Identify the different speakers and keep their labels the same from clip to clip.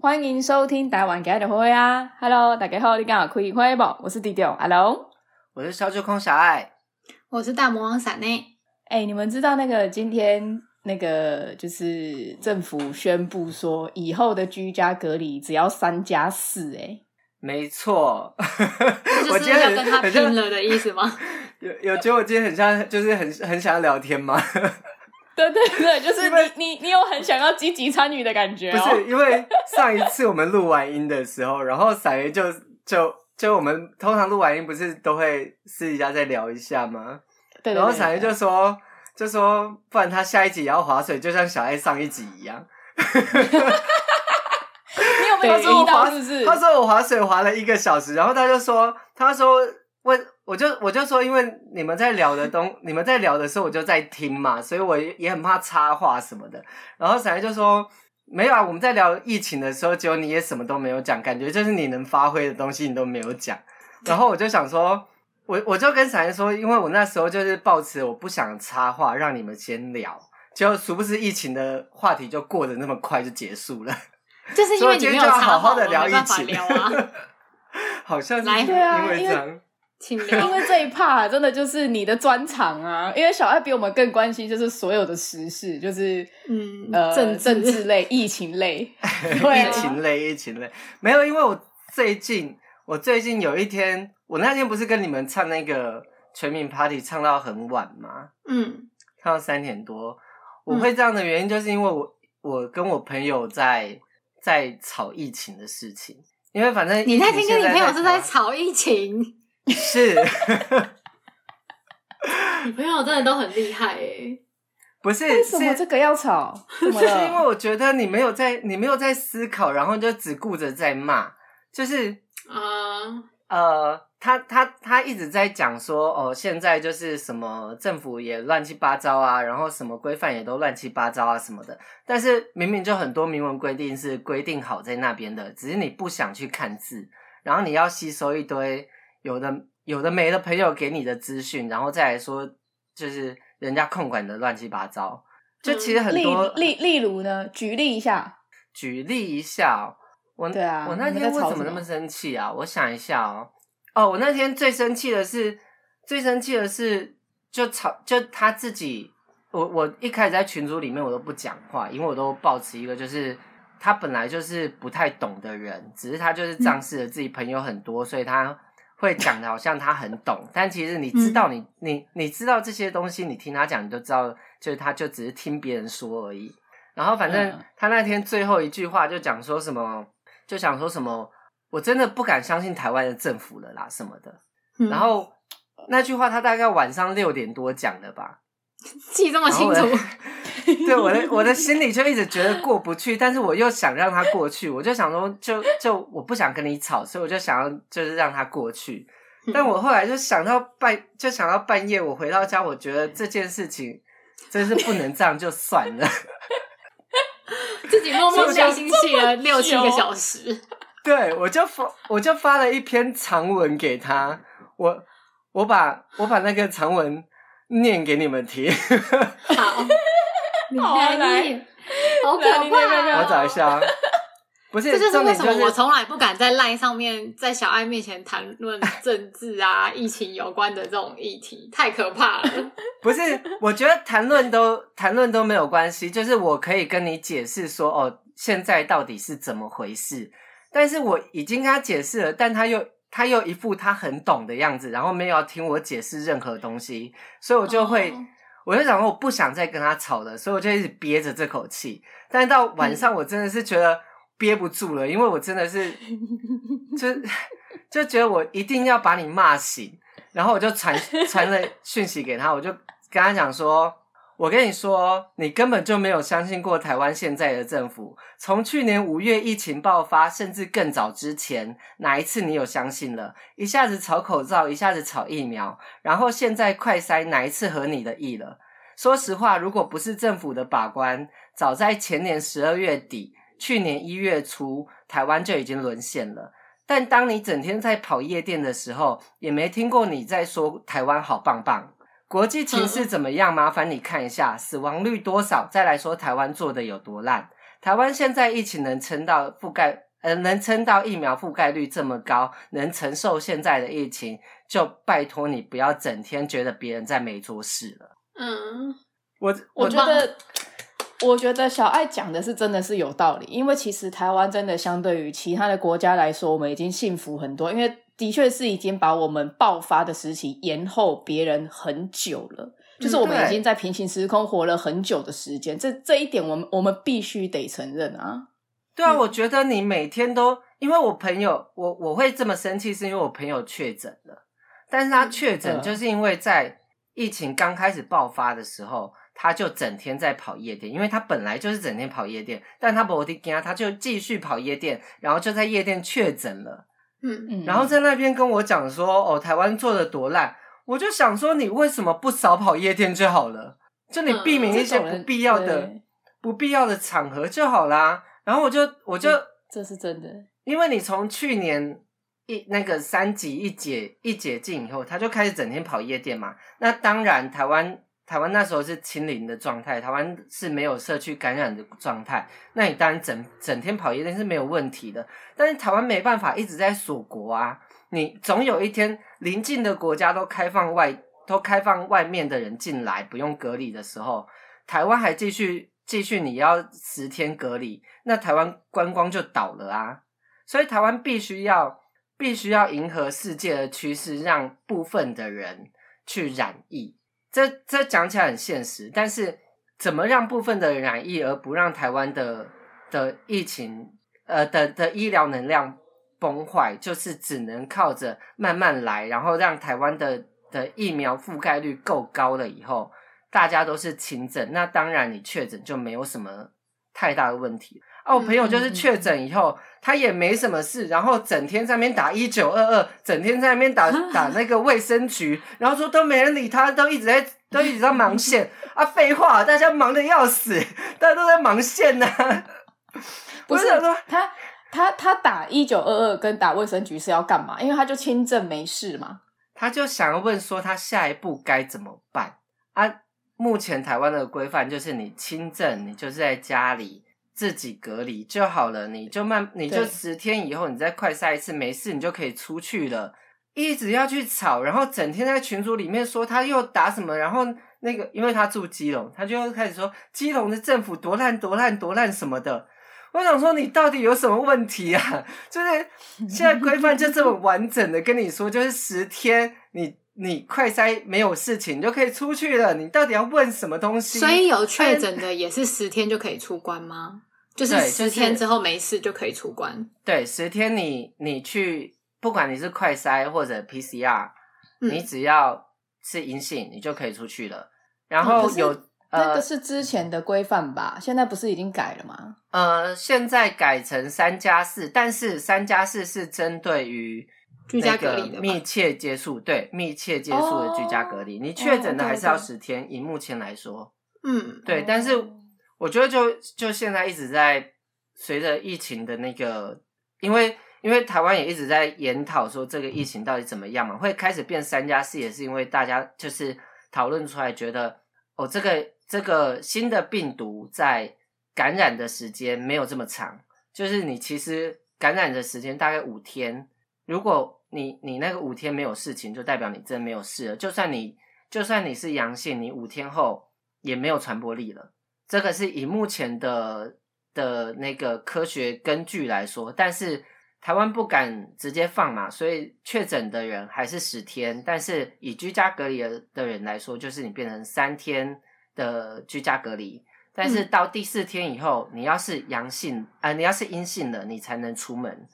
Speaker 1: 欢迎收听台湾家的灰啊！Hello，大家好，你好，可以灰不？我是弟弟，Hello。
Speaker 2: 我是小酒空小爱，
Speaker 3: 我是大魔王闪 内，
Speaker 1: 哎、你们知道那个今天那个就是政府宣布说，以后的居家隔离只要三加四，哎，
Speaker 2: 没错，
Speaker 3: 就
Speaker 2: 我
Speaker 3: 是
Speaker 2: 今天
Speaker 3: 要
Speaker 2: 很
Speaker 3: 跟他
Speaker 2: 很
Speaker 3: 拼
Speaker 2: 像
Speaker 3: 了的意 思吗？
Speaker 2: 有有觉得我今天很像，就是很很想聊天吗？
Speaker 1: 对对对，就是
Speaker 2: 因为
Speaker 1: 你你你有很想要积极参与的感觉、
Speaker 2: 不
Speaker 1: 哦，
Speaker 2: 是，因为上一次我们录完音的时候，然后散爷就就就我们通常录完音不是都会私底下再聊一下吗？
Speaker 1: 对对对
Speaker 2: 然后散
Speaker 1: 对
Speaker 2: 爷就说就说，不然他下一集也要划水，就像小爱上一集一样。
Speaker 1: 你有没有
Speaker 2: 他说
Speaker 1: 注
Speaker 2: 我
Speaker 1: 意到
Speaker 2: 划，
Speaker 1: 是不是？
Speaker 2: 他说我划水划了一个小时，然后他就说，他说问，我就我就说，因为你们在聊的东，你们在聊的时候我就在听嘛，所以我也也很怕插话什么的。然后闪就说。没有啊，我们在聊疫情的时候，只有你也什么都没有讲，感觉就是你能发挥的东西你都没有讲。然后我就想说，我我就跟闪爷说，因为我那时候就是抱持我不想插话，让你们先聊，结果殊不知疫情的话题就过得那么快就结束了。
Speaker 3: 就是因为你
Speaker 2: 所
Speaker 3: 没有
Speaker 2: 以我今天就要好
Speaker 3: 插话，
Speaker 2: 好
Speaker 3: 我
Speaker 2: 地
Speaker 3: 没
Speaker 2: 聊
Speaker 3: 办
Speaker 2: 疫
Speaker 3: 法
Speaker 2: 情
Speaker 3: 聊啊，
Speaker 2: 好像是
Speaker 3: 来
Speaker 2: 因
Speaker 3: 对
Speaker 1: 啊
Speaker 2: 为这样，
Speaker 3: 请
Speaker 1: 因
Speaker 3: 聊。
Speaker 1: 为这一 part 真的就是你的专长啊，因为小爱比我们更关心就是所有的时事，就是
Speaker 3: 嗯
Speaker 1: 呃
Speaker 3: 政治
Speaker 1: 政治类、疫情类， 对啊
Speaker 2: 疫情类，疫情类，没有，因为我最近，我最近有一天，我那天不是跟你们唱那个全民 Party 唱到很晚吗？
Speaker 3: 嗯，
Speaker 2: 唱到三点多。我
Speaker 3: 嗯
Speaker 2: 会这样的原因，就是因为我我跟我朋友在在吵疫情的事情，因为反正
Speaker 3: 你
Speaker 2: 疫情
Speaker 3: 那天跟
Speaker 2: 现
Speaker 3: 你朋友是在
Speaker 2: 台
Speaker 3: 吵疫情，
Speaker 2: 湾，是
Speaker 3: 你朋友真的都很厉害诶、
Speaker 2: 不是
Speaker 1: 为
Speaker 2: 是
Speaker 1: 什么这个要吵？怎么
Speaker 2: 就是因为
Speaker 1: 了？
Speaker 2: 我觉得你没有在你没有在思考，然后就只顾着在骂，就是
Speaker 3: 啊，
Speaker 2: 呃，他他他一直在讲说，哦，现在就是什么政府也乱七八糟啊，然后什么规范也都乱七八糟啊什么的。但是明明就很多明文规定是规定好在那边的，只是你不想去看字，然后你要吸收一堆有的有的没的朋友给你的资讯，然后再来说就是人家控管的乱七八糟。就其实很
Speaker 1: 嗯例
Speaker 2: 多、
Speaker 1: 例例如呢？举例一下，
Speaker 2: 举例一下、哦，我
Speaker 1: 对啊
Speaker 2: 我那
Speaker 1: 你
Speaker 2: 天
Speaker 1: 们在
Speaker 2: 为
Speaker 1: 吵
Speaker 2: 什
Speaker 1: 什
Speaker 2: 么那
Speaker 1: 么
Speaker 2: 么生气啊？我想一下哦，哦，我那天最生气的是，最生气的是就吵就他自己，我我一开始在群组里面我都不讲话，因为我都保持一个就是他本来就是不太懂的人，只是他
Speaker 1: 嗯
Speaker 2: 就是仗势了自己朋友很多，所以他。会讲的好像他很懂，但其实你知道
Speaker 1: 嗯
Speaker 2: 你、你你知道这些东西，你听他讲你就知道，就是他就只是听别人说而已。然后反正
Speaker 1: 嗯
Speaker 2: 他那天最后一句话就讲说什么，就想说什么，我真的不敢相信台湾的政府了啦什么的。
Speaker 3: 嗯
Speaker 2: 然后那句话他大概晚上六点多讲的吧。
Speaker 3: 记这么清
Speaker 2: 然后我
Speaker 3: 楚
Speaker 2: 的， 对我的我的心里就一直觉得过不去，但是我又想让他过去，我就想说就就我不想跟你吵，所以我就想要就是让他过去。
Speaker 3: 嗯
Speaker 2: 但我后来就想到半就想到半夜，我回到家，我觉得这件事情真是不能这样就算了。
Speaker 3: 自己默默
Speaker 2: 这么
Speaker 3: 内心气了六七个小时，
Speaker 2: 对，我就发我就发了一篇长文给他，我我把我把那个长文念给你们听，
Speaker 3: 好，你
Speaker 1: 好啊
Speaker 3: 来
Speaker 1: 来，
Speaker 3: 好可
Speaker 1: 来你来来来
Speaker 3: 怕、
Speaker 2: 我
Speaker 3: 哦！
Speaker 2: 找一下啊。不是，
Speaker 3: 这就是
Speaker 2: 重
Speaker 3: 为
Speaker 2: 点
Speaker 3: 什
Speaker 2: 就
Speaker 3: 么我
Speaker 2: 是
Speaker 3: 从来不敢在赖上面在小爱面前谈论政治啊、疫情有关的这种议题，太可怕了。
Speaker 2: 不是，我觉得谈论都谈论都没有关系，就是我可以跟你解释说，哦，现在到底是怎么回事。但是我已经跟他解释了，但他又他又一副他很懂的样子，然后没有要听我解释任何东西，所以我就会，
Speaker 3: 哦
Speaker 2: 我就想说我不想再跟他吵了，所以我就一直憋着这口气。但是到晚上，我真的是觉得憋不住了，因为我真的是就就觉得我一定要把你骂醒，然后我就传传了讯息给他，我就跟他讲说。我跟你说，你根本就没有相信过台湾现在的政府。从去年五月疫情爆发，甚至更早之前，哪一次你有相信了？一下子炒口罩，一下子炒疫苗，然后现在快筛，哪一次合你的意了？说实话，如果不是政府的把关，早在前年十二月底、去年一月初，台湾就已经沦陷了。但当你整天在跑夜店的时候，也没听过你在说台湾好棒棒。国际情势怎么样？麻烦你看一下死亡率多少，再来说台湾做的有多烂。台湾现在疫情能撑到覆盖，呃，能撑到疫苗覆盖率这么高，能承受现在的疫情，就拜托你不要整天觉得别人在没做事了。
Speaker 3: 嗯，
Speaker 2: 我
Speaker 1: 我
Speaker 2: 觉
Speaker 1: 觉得，我觉得小爱讲的是真的是有道理，因为其实台湾真的相对于其他的国家来说，我们已经幸福很多，因为的确是已经把我们爆发的时期延后别人很久了。就是我们
Speaker 2: 嗯对
Speaker 1: 已经在平行时空活了很久的时间，这这一点我们我们必须得承认啊。
Speaker 2: 对啊，
Speaker 3: 嗯
Speaker 2: 我觉得你每天都，因为我朋友，我我会这么生气，是因为我朋友确诊了，但是他确诊
Speaker 1: 嗯
Speaker 2: 就是因为在疫情刚开始爆发的时候，他就整天在跑夜店，因为他本来就是整天跑夜店，但他不听他，他就继续跑夜店，然后就在夜店确诊了，
Speaker 3: 嗯，
Speaker 1: 嗯，
Speaker 2: 然后在那边跟我讲说，哦，台湾做的多烂，我就想说，你为什么不少跑夜店就好了？就你避免
Speaker 1: 嗯
Speaker 2: 一
Speaker 1: 这
Speaker 2: 些
Speaker 1: 种
Speaker 2: 不
Speaker 1: 人
Speaker 2: 必要的、
Speaker 1: 对
Speaker 2: 不必要的场合就好啦。然后我就我就。
Speaker 1: 这是真的。
Speaker 2: 因为你从去年一那个三级一解一解禁以后，他就开始整天跑夜店嘛。那当然，台湾台湾那时候是清零的状态，台湾是没有社区感染的状态。那你当然整整天跑夜店是没有问题的，但是台湾没办法一直在锁国啊。你总有一天，邻近的国家都开放外都开放外面的人进来，不用隔离的时候，台湾还继续继续你要十天隔离，那台湾观光就倒了啊。所以台湾必须要必须要迎合世界的趋势，让部分的人去染疫。这这讲起来很现实，但是怎么让部分的人染疫，而不让台湾的的疫情呃的的医疗能量崩坏，就是只能靠着慢慢来，然后让台湾的的疫苗覆盖率够高了以后，大家都是轻症，那当然你确诊就没有什么太大的问题。哦，我朋友
Speaker 1: 嗯
Speaker 2: 就是确诊以后，他也没什么事，然后整天在那边打一九二二，整天在那边打 打那个卫生局，然后说都没人理他，都一直在都一直在忙 线啊，废话，大家忙的要死，大家都在忙线呐、
Speaker 1: 不是
Speaker 2: 我想说
Speaker 1: 他他他打一九二二跟打卫生局是要干嘛？因为他就轻症没事嘛。
Speaker 2: 他就想要问说他下一步该怎么办啊？目前台湾的规范就是你轻症，你就是在家里自己隔离就好了，你就慢，你就
Speaker 1: 对
Speaker 2: 十天以后你再快筛一次，没事你就可以出去了。一直要去吵，然后整天在群组里面说他又打什么，然后那个因为他住基隆，他就又开始说基隆的政府多烂多烂多烂什么的。我想说你到底有什么问题啊？就是现在规范就这么完整的跟你说，就是十天你你快筛没有事情你就可以出去了，你到底要问什么东西？
Speaker 3: 所以有确诊的也是十天就可以出关吗？就是
Speaker 2: 对就是
Speaker 3: 十天之后没事就可以出关。
Speaker 2: 对十天你你去，不管你是快筛或者 PCR，、
Speaker 3: 嗯
Speaker 2: 你只要是阴性，你就可以出去了。然后
Speaker 3: 哦
Speaker 1: 可是
Speaker 2: 有、
Speaker 1: 那
Speaker 2: 呃
Speaker 1: 个是之前的规范吧？现在不是已经改了吗？
Speaker 2: 呃，现在改成三加四，但是三加四是针对于
Speaker 3: 居家隔离
Speaker 2: 那
Speaker 3: 的
Speaker 2: 个
Speaker 3: 吧
Speaker 2: 密切接触，对密切接触的居家隔离，你确诊的还
Speaker 3: 哦
Speaker 2: 是要十天。以目前来说，
Speaker 3: 嗯，
Speaker 2: 对，
Speaker 1: 哦
Speaker 2: 但是我觉得就就现在一直在随着疫情的那个，因为因为台湾也一直在研讨说这个疫情到底怎么样嘛，会开始变三加四，也是因为大家就是讨论出来，觉得哦，这个这个新的病毒在感染的时间没有这么长，就是你其实感染的时间大概五天，如果你你那个五天没有事情，就代表你真的没有事了。就算你就算你是阳性，你五天后也没有传播力了。这个是以目前的的那个科学根据来说，但是台湾不敢直接放嘛，所以确诊的人还是十天，但是以居家隔离的的人来说，就是你变成三天的居家隔离。但是到第四天以后，你要是阳性啊、你要是阴性了，你才能出门。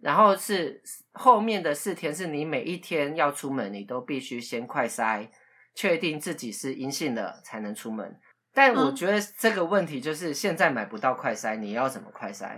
Speaker 2: 然后是后面的四天，是你每一天要出门，你都必须先快筛，确定自己是阴性了才能出门。但我
Speaker 3: 嗯
Speaker 2: 觉得这个问题就是现在买不到快筛，你要怎么快筛？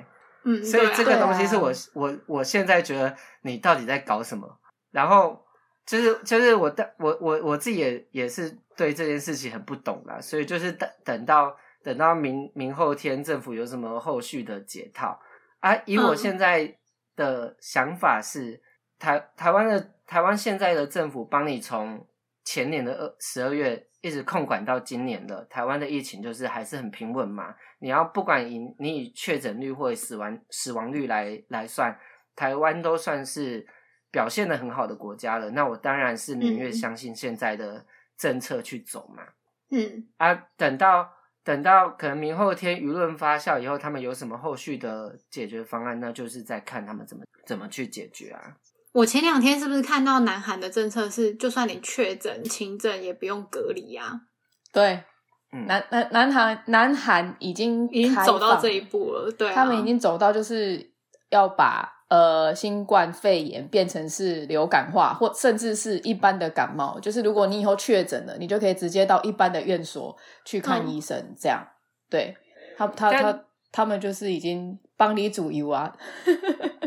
Speaker 3: 嗯，
Speaker 2: 所以
Speaker 3: 对啊
Speaker 2: 这个东西
Speaker 1: 对啊
Speaker 2: 是我我我现在觉得你到底在搞什么？然后就是就是我的我我我自己也也是对这件事情很不懂啦，所以就是等等到等到明明后天政府有什么后续的解套啊？以我
Speaker 3: 嗯
Speaker 2: 现在的想法是，台台湾的台湾现在的政府帮你从前年的二十二月一直控管到今年了，台湾的疫情就是还是很平稳嘛。你要不管以你以确诊率或者死亡死亡率来来算，台湾都算是表现的很好的国家了。那我当然是宁愿
Speaker 3: 嗯
Speaker 2: 相信现在的政策去走嘛。
Speaker 3: 嗯，
Speaker 2: 啊，等到等到可能明后天舆论发酵以后，他们有什么后续的解决方案，那就是再看他们怎么怎么去解决啊。
Speaker 3: 我前两天是不是看到南韩的政策是，就算你确诊轻症也不用隔离啊，
Speaker 1: 对，
Speaker 2: 嗯
Speaker 1: 南南南韩南韩已经
Speaker 3: 已经
Speaker 1: 开
Speaker 3: 走到
Speaker 1: 放
Speaker 3: 这一步了，对、啊，
Speaker 1: 他们已经走到就是要把呃新冠肺炎变成是流感化，或甚至是一般的感冒。就是如果你以后确诊了，你就可以直接到一般的院所去看
Speaker 3: 嗯
Speaker 1: 医生，这样。对他他
Speaker 2: 但
Speaker 1: 他他们就是已经帮你主游啊，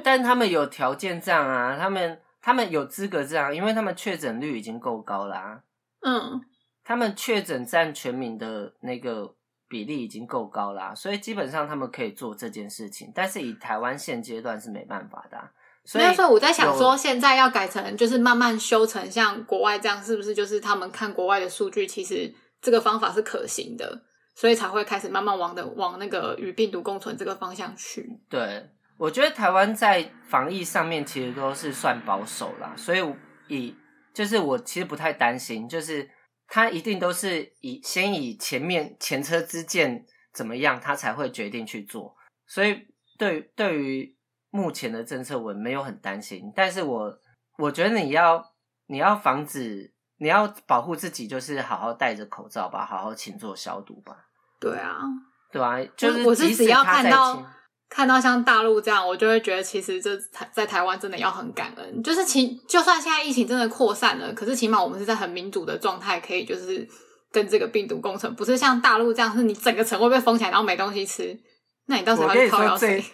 Speaker 2: 但他们有条件这样啊，他们他们有资格这样，因为他们确诊率已经够高啊啦、
Speaker 3: 嗯，
Speaker 2: 他们确诊占全民的那个比例已经够高啦、所以基本上他们可以做这件事情。但是以台湾现阶段是没办法的啊、所
Speaker 3: 没
Speaker 2: 以
Speaker 3: 有，所以我在想
Speaker 2: 有
Speaker 3: 说，现在要改成就是慢慢修成像国外这样，是不是就是他们看国外的数据，其实这个方法是可行的，所以才会开始慢慢往的往那个与病毒共存这个方向去。
Speaker 2: 对，我觉得台湾在防疫上面其实都是算保守啦，所以我以就是我其实不太担心，就是他一定都是以先以前面前车之鉴怎么样，他才会决定去做。所以对对于目前的政策，我没有很担心，但是我我觉得你要你要防止。你要保护自己，就是好好戴着口罩吧，好好勤做消毒吧，
Speaker 3: 对啊，
Speaker 2: 对啊，就是
Speaker 3: 我是
Speaker 2: 即使
Speaker 3: 只要
Speaker 2: 他
Speaker 3: 看
Speaker 2: 在
Speaker 3: 到
Speaker 2: 勤
Speaker 3: 看到像大陆这样，我就会觉得其实这台在台湾真的要很感恩。就是起，就算现在疫情真的扩散了，可是起码我们是在很民主的状态，可以就是跟这个病毒共存，不是像大陆这样，是你整个城会被封起来，然后没东西吃，那你到时候
Speaker 2: 我
Speaker 3: 要
Speaker 2: 跟
Speaker 3: 去
Speaker 2: 你
Speaker 3: 靠
Speaker 2: 说
Speaker 3: 腰
Speaker 2: 最
Speaker 3: 谁？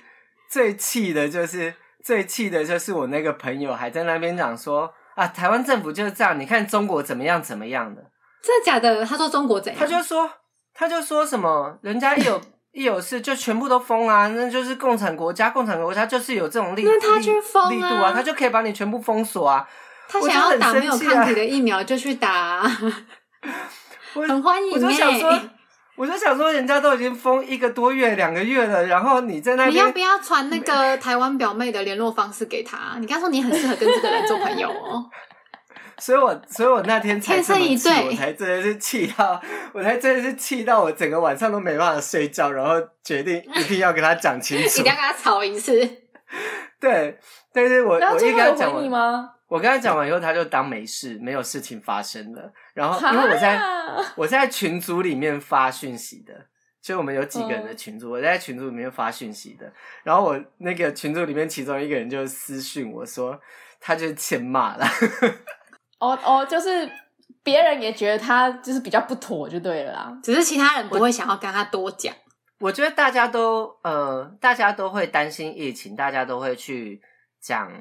Speaker 2: 最气的就是最气的就是我那个朋友还在那边讲说啊，台湾政府就是这样，你看中国怎么样怎么样的，
Speaker 3: 真的假的？他说中国怎样？
Speaker 2: 他就说他就说什么人家一有一有事就全部都封啊，那就是共产国家，共产国家就是有这种力，
Speaker 3: 那他去
Speaker 2: 力
Speaker 3: 封啊
Speaker 2: 力度啊，他就可以把你全部封锁啊，
Speaker 3: 他
Speaker 2: 我就
Speaker 3: 想要
Speaker 2: 很
Speaker 3: 打
Speaker 2: 生
Speaker 3: 没有
Speaker 2: 气
Speaker 3: 抗
Speaker 2: 啊
Speaker 3: 体的疫苗就去打啊、
Speaker 2: 我
Speaker 3: 很欢迎、欸。
Speaker 2: 我就想说。我就想说，人家都已经封一个多月、两个月了，然后你在那
Speaker 3: 你要
Speaker 2: 边
Speaker 3: 不要传那个台湾表妹的联络方式给他？你刚说你很适合跟这个人做朋 友哦。
Speaker 2: 所以我，所以我那天才
Speaker 3: 天生
Speaker 2: 这么
Speaker 3: 一
Speaker 2: 气
Speaker 3: 对
Speaker 2: 我才真的是气到， 我才真的是气到，我整个晚上都没办法睡觉，然后决定一定要跟他讲清
Speaker 3: 一
Speaker 2: 楚
Speaker 3: 定。要跟他吵一次。
Speaker 2: 对，但是我
Speaker 1: 然后
Speaker 2: 我一
Speaker 1: 最
Speaker 2: 跟他
Speaker 1: 后
Speaker 2: 讲
Speaker 1: 有回你
Speaker 2: 完，
Speaker 1: 吗？
Speaker 2: 我跟他讲完以后，他就当没事，没有事情发生了。然后
Speaker 1: 哈
Speaker 2: 因为我在我在群组里面发讯息的，就我们有几个人
Speaker 3: 哦
Speaker 2: 的
Speaker 1: 嗯
Speaker 2: 群组，我在群组里面发讯息的。然后我那个群组里面其中一个人就私讯我说，他就欠骂了。
Speaker 1: 哦哦，就是别人也觉得他就是比较不妥就对了啦。
Speaker 3: 只是其他人不会想要跟他多讲。
Speaker 2: 我觉得大家都呃，大家都会担心疫情，大家都会去讲，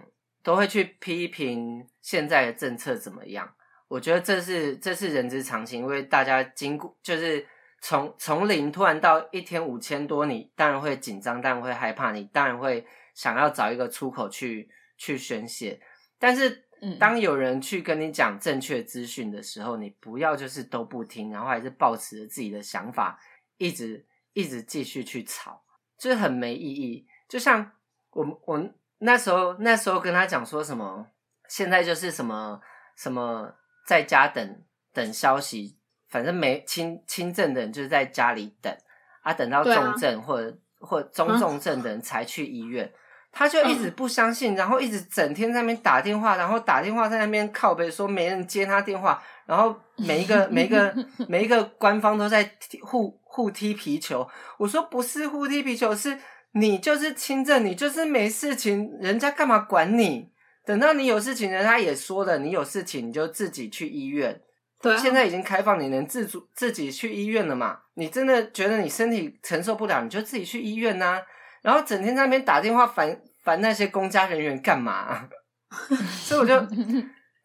Speaker 2: 都会去批评现在的政策怎么样。我觉得这是这是人之常情，因为大家经过就是从从零突然到一天五千多，你当然会紧张，当然会害怕，你当然会想要找一个出口去去宣泄。但是
Speaker 1: 嗯，
Speaker 2: 当有人去跟你讲正确资讯的时候，你不要就是都不听，然后还是抱持着自己的想法，一直一直继续去吵，就是很没意义。就像我们我那时候那时候跟他讲说什么，现在就是什么什么在家等等消息，反正没轻轻症的人就是在家里等啊，等到
Speaker 3: 对啊嗯
Speaker 2: 重症或者、或者中重症的人才去医院。他就一直不相信，然后一直整天在那边打电话，然后打电话在那边靠背说没人接他电话，然后每一个每一 个每一个官方都在踢互互踢皮球。我说不是互踢皮球，是你就是轻症，你就是没事情，人家干嘛管你？等到你有事情，人家也说了，你有事情你就自己去医院。
Speaker 3: 对啊，
Speaker 2: 现在已经开放，你能自主自己去医院了嘛？你真的觉得你身体承受不了，你就自己去医院呐、然后整天在那边打电话烦烦那些公家人员干嘛、 所以 我就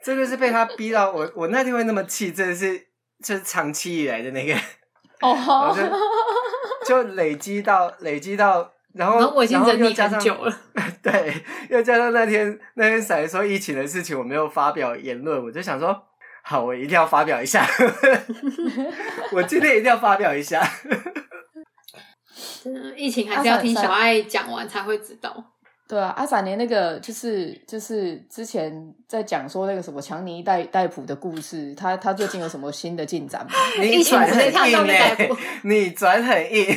Speaker 2: 真的是被他逼到我，我那天会那么气，真的是就是长期以来的那个，
Speaker 1: 哦
Speaker 2: 我，就就累积到累积到，然后
Speaker 3: 然后我已经
Speaker 2: 然后
Speaker 3: 忍
Speaker 2: 又
Speaker 3: 你
Speaker 2: 加上
Speaker 3: 很久了。
Speaker 2: 对，又加上那天那天闪说疫情的事情，我没有发表言论，我就想说，好，我一定要发表一下， 我今天一定要发表一下。
Speaker 3: 真的疫情还是要
Speaker 2: 啊
Speaker 3: 听小爱讲完才会知道。
Speaker 1: 对啊，阿展连那个就是就是之前在讲说那个什么强尼戴戴普的故事，他他最近有什么新的进展吗？
Speaker 2: 你
Speaker 3: 疫情
Speaker 2: 转
Speaker 3: 直接
Speaker 2: 很
Speaker 3: 跳
Speaker 2: 硬
Speaker 3: 到被逮
Speaker 2: 哎、
Speaker 3: 捕
Speaker 2: 你转很硬。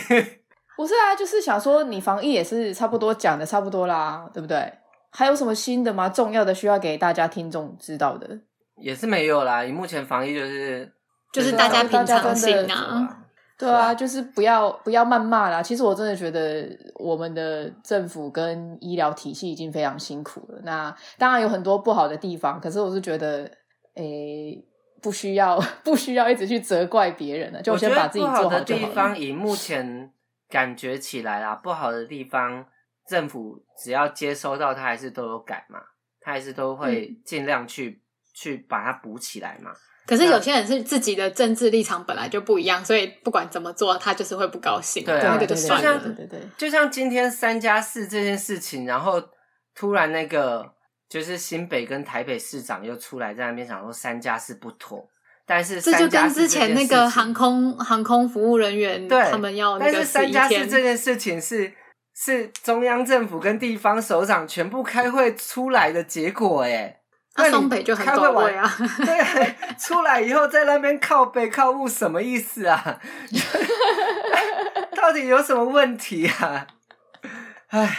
Speaker 1: 不是啊，就是想说你防疫也是差不多讲的差不多啦，对不对？还有什么新的吗？重要的需要给大家听众知道的？
Speaker 2: 也是没有啦，以目前防疫就是
Speaker 3: 就是大家平常心
Speaker 1: 大家真
Speaker 3: 啊，
Speaker 1: 对
Speaker 2: 是
Speaker 1: 啊，
Speaker 2: 啊
Speaker 1: 就是不要不要谩骂啦。其实我真的觉得我们的政府跟医疗体系已经非常辛苦了。那当然有很多不好的地方，可是我是觉得，诶、不需要 不需要一直去责怪别人了，就
Speaker 2: 我觉
Speaker 1: 先把
Speaker 2: 得
Speaker 1: 自己
Speaker 2: 不
Speaker 1: 做
Speaker 2: 好
Speaker 1: 好
Speaker 2: 的
Speaker 1: 就好
Speaker 2: 地
Speaker 1: 了。
Speaker 2: 方，以目前感觉起来啦，不好的地方，政府只要接收到，他还是都有改嘛，他还是都会
Speaker 1: 嗯
Speaker 2: 尽量去、去把它补起来嘛。
Speaker 3: 可是有些人是自己的政治立场本来就不一样，所以不管怎么做，他就是会不高兴，
Speaker 2: 对啊
Speaker 3: 那
Speaker 1: 对
Speaker 3: 个
Speaker 1: 对
Speaker 3: 就
Speaker 1: 对
Speaker 3: 算
Speaker 1: 对
Speaker 3: 了。
Speaker 1: 对对对，
Speaker 2: 就像嗯今天三加四这件事情，然后突然那个就是新北跟台北市长又出来在那边讲说三加四不妥，但是
Speaker 3: 这就
Speaker 2: 三加
Speaker 3: 跟
Speaker 2: 四
Speaker 3: 之
Speaker 2: 这件
Speaker 3: 前那个
Speaker 2: 事情
Speaker 3: 航空航空服务人员
Speaker 2: 对
Speaker 3: 他们要那
Speaker 2: 但
Speaker 3: 个
Speaker 2: 是
Speaker 3: 十
Speaker 2: 三
Speaker 3: 一
Speaker 2: 加四
Speaker 3: 天，
Speaker 2: 这件事情是是中央政府跟地方首长全部开会出来的结果哎。
Speaker 3: 那
Speaker 2: 那你
Speaker 3: 双北就很
Speaker 2: 开会
Speaker 3: 走位
Speaker 2: 完，
Speaker 3: 啊。
Speaker 2: 对， 出来以后在那边靠北靠物什么意思啊？ 到底有什么问题 啊？哎，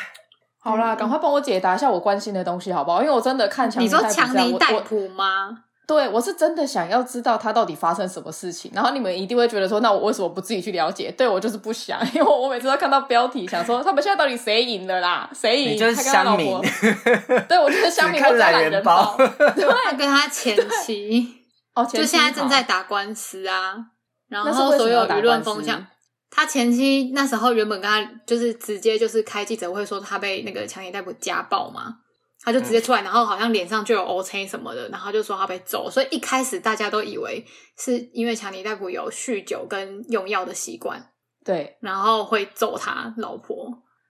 Speaker 1: 好啦，赶快帮我解答一下我关心的东西好不好？因为我真的看强
Speaker 3: 你
Speaker 1: 尼戴
Speaker 3: 说
Speaker 1: 普这样
Speaker 3: 强尼戴
Speaker 1: 我我
Speaker 3: 普吗？
Speaker 1: 对，我是真的想要知道他到底发生什么事情，然后你们一定会觉得说，那我为什么不自己去了解？对我就是不想，因为我每次都看到标题，想说他们现在到底谁赢了啦？谁赢？
Speaker 2: 你就是
Speaker 1: 他跟他
Speaker 2: 乡
Speaker 1: 老
Speaker 2: 民
Speaker 1: 婆， 对我就是乡民，
Speaker 2: 只看
Speaker 1: 我只要懒
Speaker 2: 懒人
Speaker 1: 人包。 对，
Speaker 3: 他跟他前妻
Speaker 1: 哦，前
Speaker 3: 就现在
Speaker 1: 妻
Speaker 3: 正在，打官司啊，然
Speaker 1: 那是为
Speaker 3: 后
Speaker 1: 什
Speaker 3: 所
Speaker 1: 么
Speaker 3: 有
Speaker 1: 要打
Speaker 3: 舆
Speaker 1: 官
Speaker 3: 论
Speaker 1: 司
Speaker 3: 风向。他前妻那时候原本跟他就是直接就是开记者会说他被那个强尼戴普家暴嘛，他就直接出来，然后好像脸上就有 O C 什么的，然后就说他被揍，所以一开始大家都以为是因为强尼戴普有酗酒跟用药的习惯，
Speaker 1: 对，
Speaker 3: 然后会揍他老婆，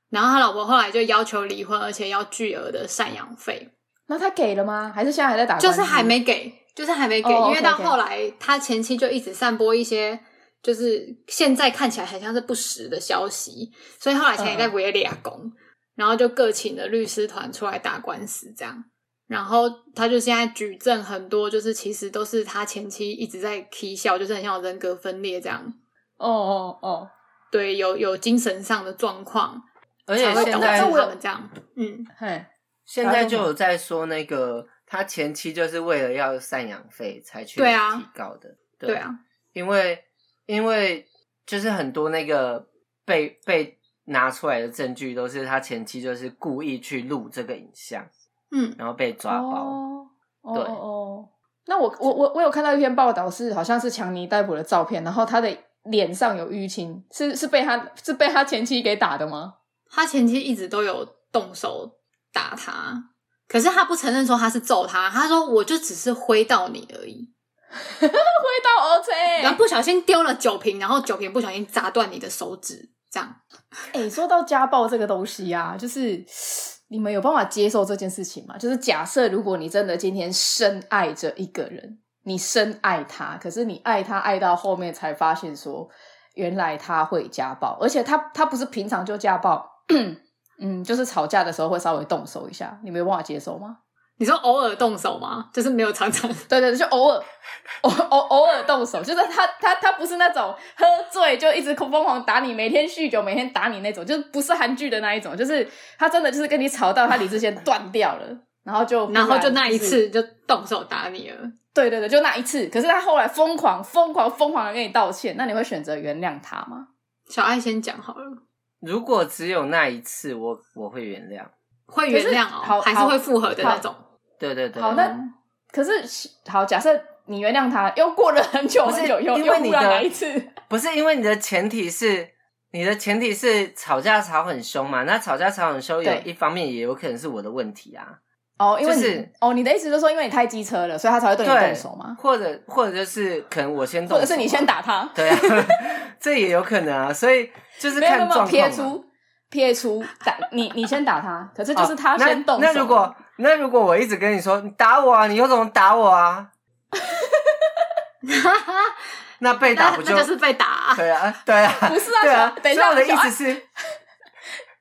Speaker 3: 然后他老婆后来就要求离婚，而且要巨额的赡养费，
Speaker 1: 那他给了吗？还是现在还在打官
Speaker 3: 就
Speaker 1: 司？
Speaker 3: 是还没给，就是还没给，
Speaker 1: 哦
Speaker 3: 因为到
Speaker 1: OK，OK
Speaker 3: 后来他前妻就一直散播一些就是现在看起来很像是不实的消息，所以后来前一代不也俩公，然后就各请了律师团出来打官司这样。然后他就现在举证很多，就是其实都是他前妻一直在 k 笑，就是很像有人格分裂这样，
Speaker 1: 哦哦哦，
Speaker 3: 对，有有精神上的状况，
Speaker 2: 而且
Speaker 3: 才会
Speaker 2: 现
Speaker 3: 导致
Speaker 2: 在
Speaker 3: 他
Speaker 1: 我有
Speaker 3: 们这样。嗯，
Speaker 1: 嘿，
Speaker 2: 现在就有在说那个他前妻就是为了要赡养费才去
Speaker 3: 对啊
Speaker 2: 提高的，
Speaker 3: 对啊，
Speaker 2: 因为因为就是很多那个被被拿出来的证据都是他前妻就是故意去录这个影像，
Speaker 3: 嗯，
Speaker 2: 然后被抓包。
Speaker 1: 哦哦
Speaker 2: 对
Speaker 1: 哦哦，那我我我我有看到一篇报道是好像是强尼戴普的照片，然后他的脸上有淤青，是是被他是被他前妻给打的吗？
Speaker 3: 他前妻一直都有动手打他，可是他不承认说他是揍他，他说我就只是挥到你而已，
Speaker 1: 会到 OK，
Speaker 3: 然后不小心丢了酒瓶，然后酒瓶不小心砸断你的手指，这样。
Speaker 1: 哎、说到家暴这个东西啊，就是你们有办法接受这件事情吗？就是假设如果你真的今天深爱着一个人，你深爱他，可是你爱他爱到后面才发现说，原来他会家暴，而且他他不是平常就家暴， 嗯，就是吵架的时候会稍微动手一下，你们有办法接受吗？
Speaker 3: 你说偶尔动手吗？就是没有常常。
Speaker 1: 对对，对就偶尔偶 偶偶尔动手，就是他他他不是那种喝醉就一直疯狂打你，每天酗酒每天打你那种，就是不是韩剧的那一种，就是他真的就是跟你吵到他理智线断掉了，然后就忽
Speaker 3: 然后就 那一
Speaker 1: 就是
Speaker 3: 次就动手打你了，
Speaker 1: 对对对，就那一次。可是他后来疯狂疯狂疯狂的跟你道歉，那你会选择原谅他吗？
Speaker 3: 小爱先讲好了，
Speaker 2: 如果只有那一次，我我会原谅。
Speaker 3: 会
Speaker 1: 可
Speaker 3: 原
Speaker 1: 是
Speaker 3: 谅哦，
Speaker 1: 好
Speaker 3: 还是
Speaker 1: 好
Speaker 3: 会复合的那
Speaker 1: 好
Speaker 3: 种。
Speaker 2: 对对对，啊嗯
Speaker 1: 好，那可是好，假设你原谅他，又过了很久
Speaker 2: 不
Speaker 1: 很
Speaker 2: 是
Speaker 1: 久，又
Speaker 2: 因
Speaker 1: 又
Speaker 2: 为你
Speaker 1: 忽然来
Speaker 2: 的
Speaker 1: 一次。
Speaker 2: 不是因为你的前提是你的前提是吵架吵很凶嘛？那吵架吵很凶有
Speaker 1: 对
Speaker 2: 一方面也有可能是我的问题啊，
Speaker 1: 哦，因为
Speaker 2: 就
Speaker 1: 你、
Speaker 2: 是
Speaker 1: 哦，你的意思就是说，因为你太机车了，所以他才会对你
Speaker 2: 对
Speaker 1: 动手吗？
Speaker 2: 或者或者就是可能我先动手
Speaker 1: 或
Speaker 2: 啊，
Speaker 1: 者是你先打他？
Speaker 2: 对啊，这也有可能啊，所以就是
Speaker 1: 没有没有
Speaker 2: 看
Speaker 1: 没有
Speaker 2: 状
Speaker 1: 撇
Speaker 2: 况嘛。
Speaker 1: 出撇出打你你先打他，可是就是他
Speaker 2: 哦那
Speaker 1: 先动手、
Speaker 2: 那如果那如果我一直跟你说你打我啊，你有种打我啊，那被打
Speaker 3: 那
Speaker 2: 不
Speaker 3: 那就是被打啊、
Speaker 2: 对啊， 对啊，
Speaker 1: 不是啊
Speaker 2: 对啊。
Speaker 1: 等一下
Speaker 2: 所以我的
Speaker 1: 我
Speaker 2: 意
Speaker 1: 想
Speaker 2: 思是，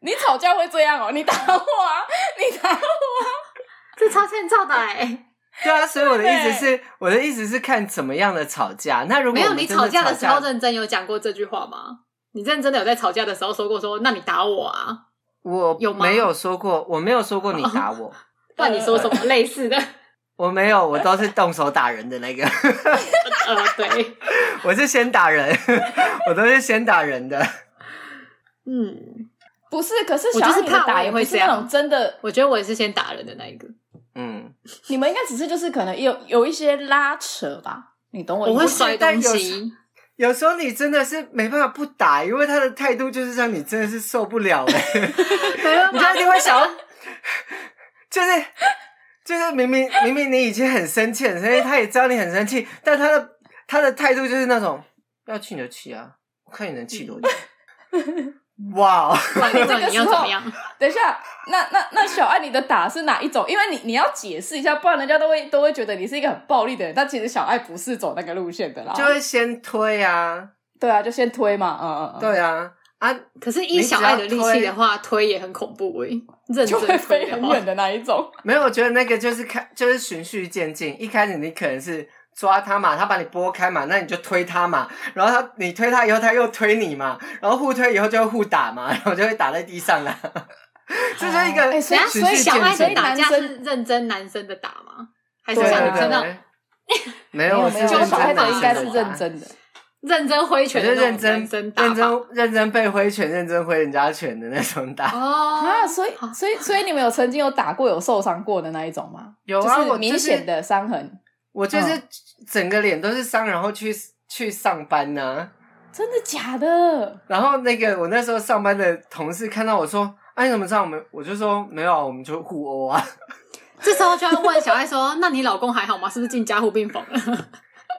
Speaker 1: 你吵架会这样哦？你打我啊！你打我、啊！
Speaker 3: 这超欠揍的哎、
Speaker 2: 对啊，所以我的意思是，我的意思是看怎么样的吵架。那如果
Speaker 3: 没有，
Speaker 2: 我们
Speaker 3: 你
Speaker 2: 真的
Speaker 3: 吵
Speaker 2: 吵
Speaker 3: 架的时候认真有讲过这句话吗？你认真的有在吵架的时候说过说，那你打我啊？
Speaker 2: 我
Speaker 3: 有吗
Speaker 2: 没有说过，我没有说过你打我，
Speaker 3: 不然你说什么类似 的？
Speaker 2: 我没有，我都是动手打人的那个，
Speaker 3: 呃，对，
Speaker 2: 我是先打人， 我都是先打人的。
Speaker 3: 嗯，
Speaker 1: 不是，可是
Speaker 3: 我
Speaker 1: 小
Speaker 3: 就是
Speaker 1: 爱你的
Speaker 3: 怕我
Speaker 1: 打
Speaker 3: 也
Speaker 1: 也不
Speaker 3: 会
Speaker 1: 是
Speaker 3: 这
Speaker 1: 那
Speaker 3: 样
Speaker 1: 种真的，
Speaker 3: 我觉得我也是先打人的那一个，
Speaker 2: 嗯，
Speaker 1: 你们应该只是就是可能有有一些拉扯吧，你懂我意
Speaker 3: 我
Speaker 1: 思吗？
Speaker 3: 会摔
Speaker 2: 但
Speaker 3: 东
Speaker 2: 有
Speaker 3: 西。
Speaker 2: 有时候你真的是没办法不打，因为他的态度就是让你真的是受不了哎、
Speaker 3: 没办
Speaker 2: 你就一定会想要，就是就是明明明明你已经很生气，很生气，他也知道你很生气，但他的他的态度就是那种要气你就气啊，我看你能气多久。哇、哦，
Speaker 3: 不然你
Speaker 1: 这个
Speaker 3: 你要
Speaker 1: 时
Speaker 3: 怎
Speaker 1: 候
Speaker 3: 么样？
Speaker 1: 等一下，那那那小爱你的打是哪一种？因为你你要解释一下，不然人家都会都会觉得你是一个很暴力的人。但其实小爱不是走那个路线的啦，
Speaker 2: 就会先推啊，
Speaker 1: 对啊，就先推嘛，嗯嗯嗯，，
Speaker 2: 对啊，啊，
Speaker 3: 可是，一小爱的力气的话，推也很恐怖哎、认
Speaker 1: 就
Speaker 3: 真
Speaker 1: 会
Speaker 3: 推
Speaker 1: 飞
Speaker 3: 的
Speaker 1: 很
Speaker 3: 话
Speaker 1: 远，的那一种。
Speaker 2: 没有，我觉得那个就是开，就是循序渐进。一开始你可能是抓他嘛，他把你拨开嘛，那你就推他嘛，然后他你推他以后，他又推你嘛，然后互推以后就会互打嘛，然 后就会打在地上啦。 这就是一
Speaker 1: 哎
Speaker 2: 个
Speaker 1: 所以
Speaker 3: 等下
Speaker 2: 循
Speaker 3: 所以
Speaker 2: 序
Speaker 3: 小爱
Speaker 2: 渐
Speaker 1: 所
Speaker 3: 的
Speaker 1: 以
Speaker 2: 进。
Speaker 3: 打架
Speaker 1: 男生
Speaker 3: 是认真男生的打吗？还是
Speaker 2: 对
Speaker 3: 像
Speaker 2: 对
Speaker 3: 你真的
Speaker 2: 对， 没有，
Speaker 1: 没
Speaker 2: 我
Speaker 1: 有
Speaker 2: 是
Speaker 1: 没有，
Speaker 3: 就
Speaker 2: 认
Speaker 1: 小爱
Speaker 2: 真
Speaker 1: 的
Speaker 2: 的，
Speaker 1: 应该是
Speaker 2: 真的
Speaker 1: 认
Speaker 2: 打。
Speaker 1: 真的。
Speaker 3: 认真挥
Speaker 2: 我
Speaker 3: 拳
Speaker 2: 就
Speaker 3: 的那种
Speaker 2: 认真、
Speaker 3: 真打
Speaker 2: 认
Speaker 3: 法
Speaker 2: 真、认真被挥拳，认真挥人家拳的那种 打。
Speaker 1: 啊，
Speaker 3: 哦，
Speaker 1: 所以所以所以你们有曾经有打过有受伤过的那一种吗？
Speaker 2: 有啊
Speaker 1: 就是
Speaker 2: 我
Speaker 1: 明
Speaker 2: 就是
Speaker 1: 显的伤痕，
Speaker 2: 我就是
Speaker 1: 嗯
Speaker 2: 整个脸都是伤，然后去去上班啊呢、
Speaker 1: 真的哦假 的？
Speaker 2: 然后那个我那时候上班的同事看到我说：“哎、你怎么知道我们？”我就说：“没有啊，我们就互殴啊。
Speaker 3: 这时候就要问小爱说：“那你老公还好吗？是不是进加护病房了？”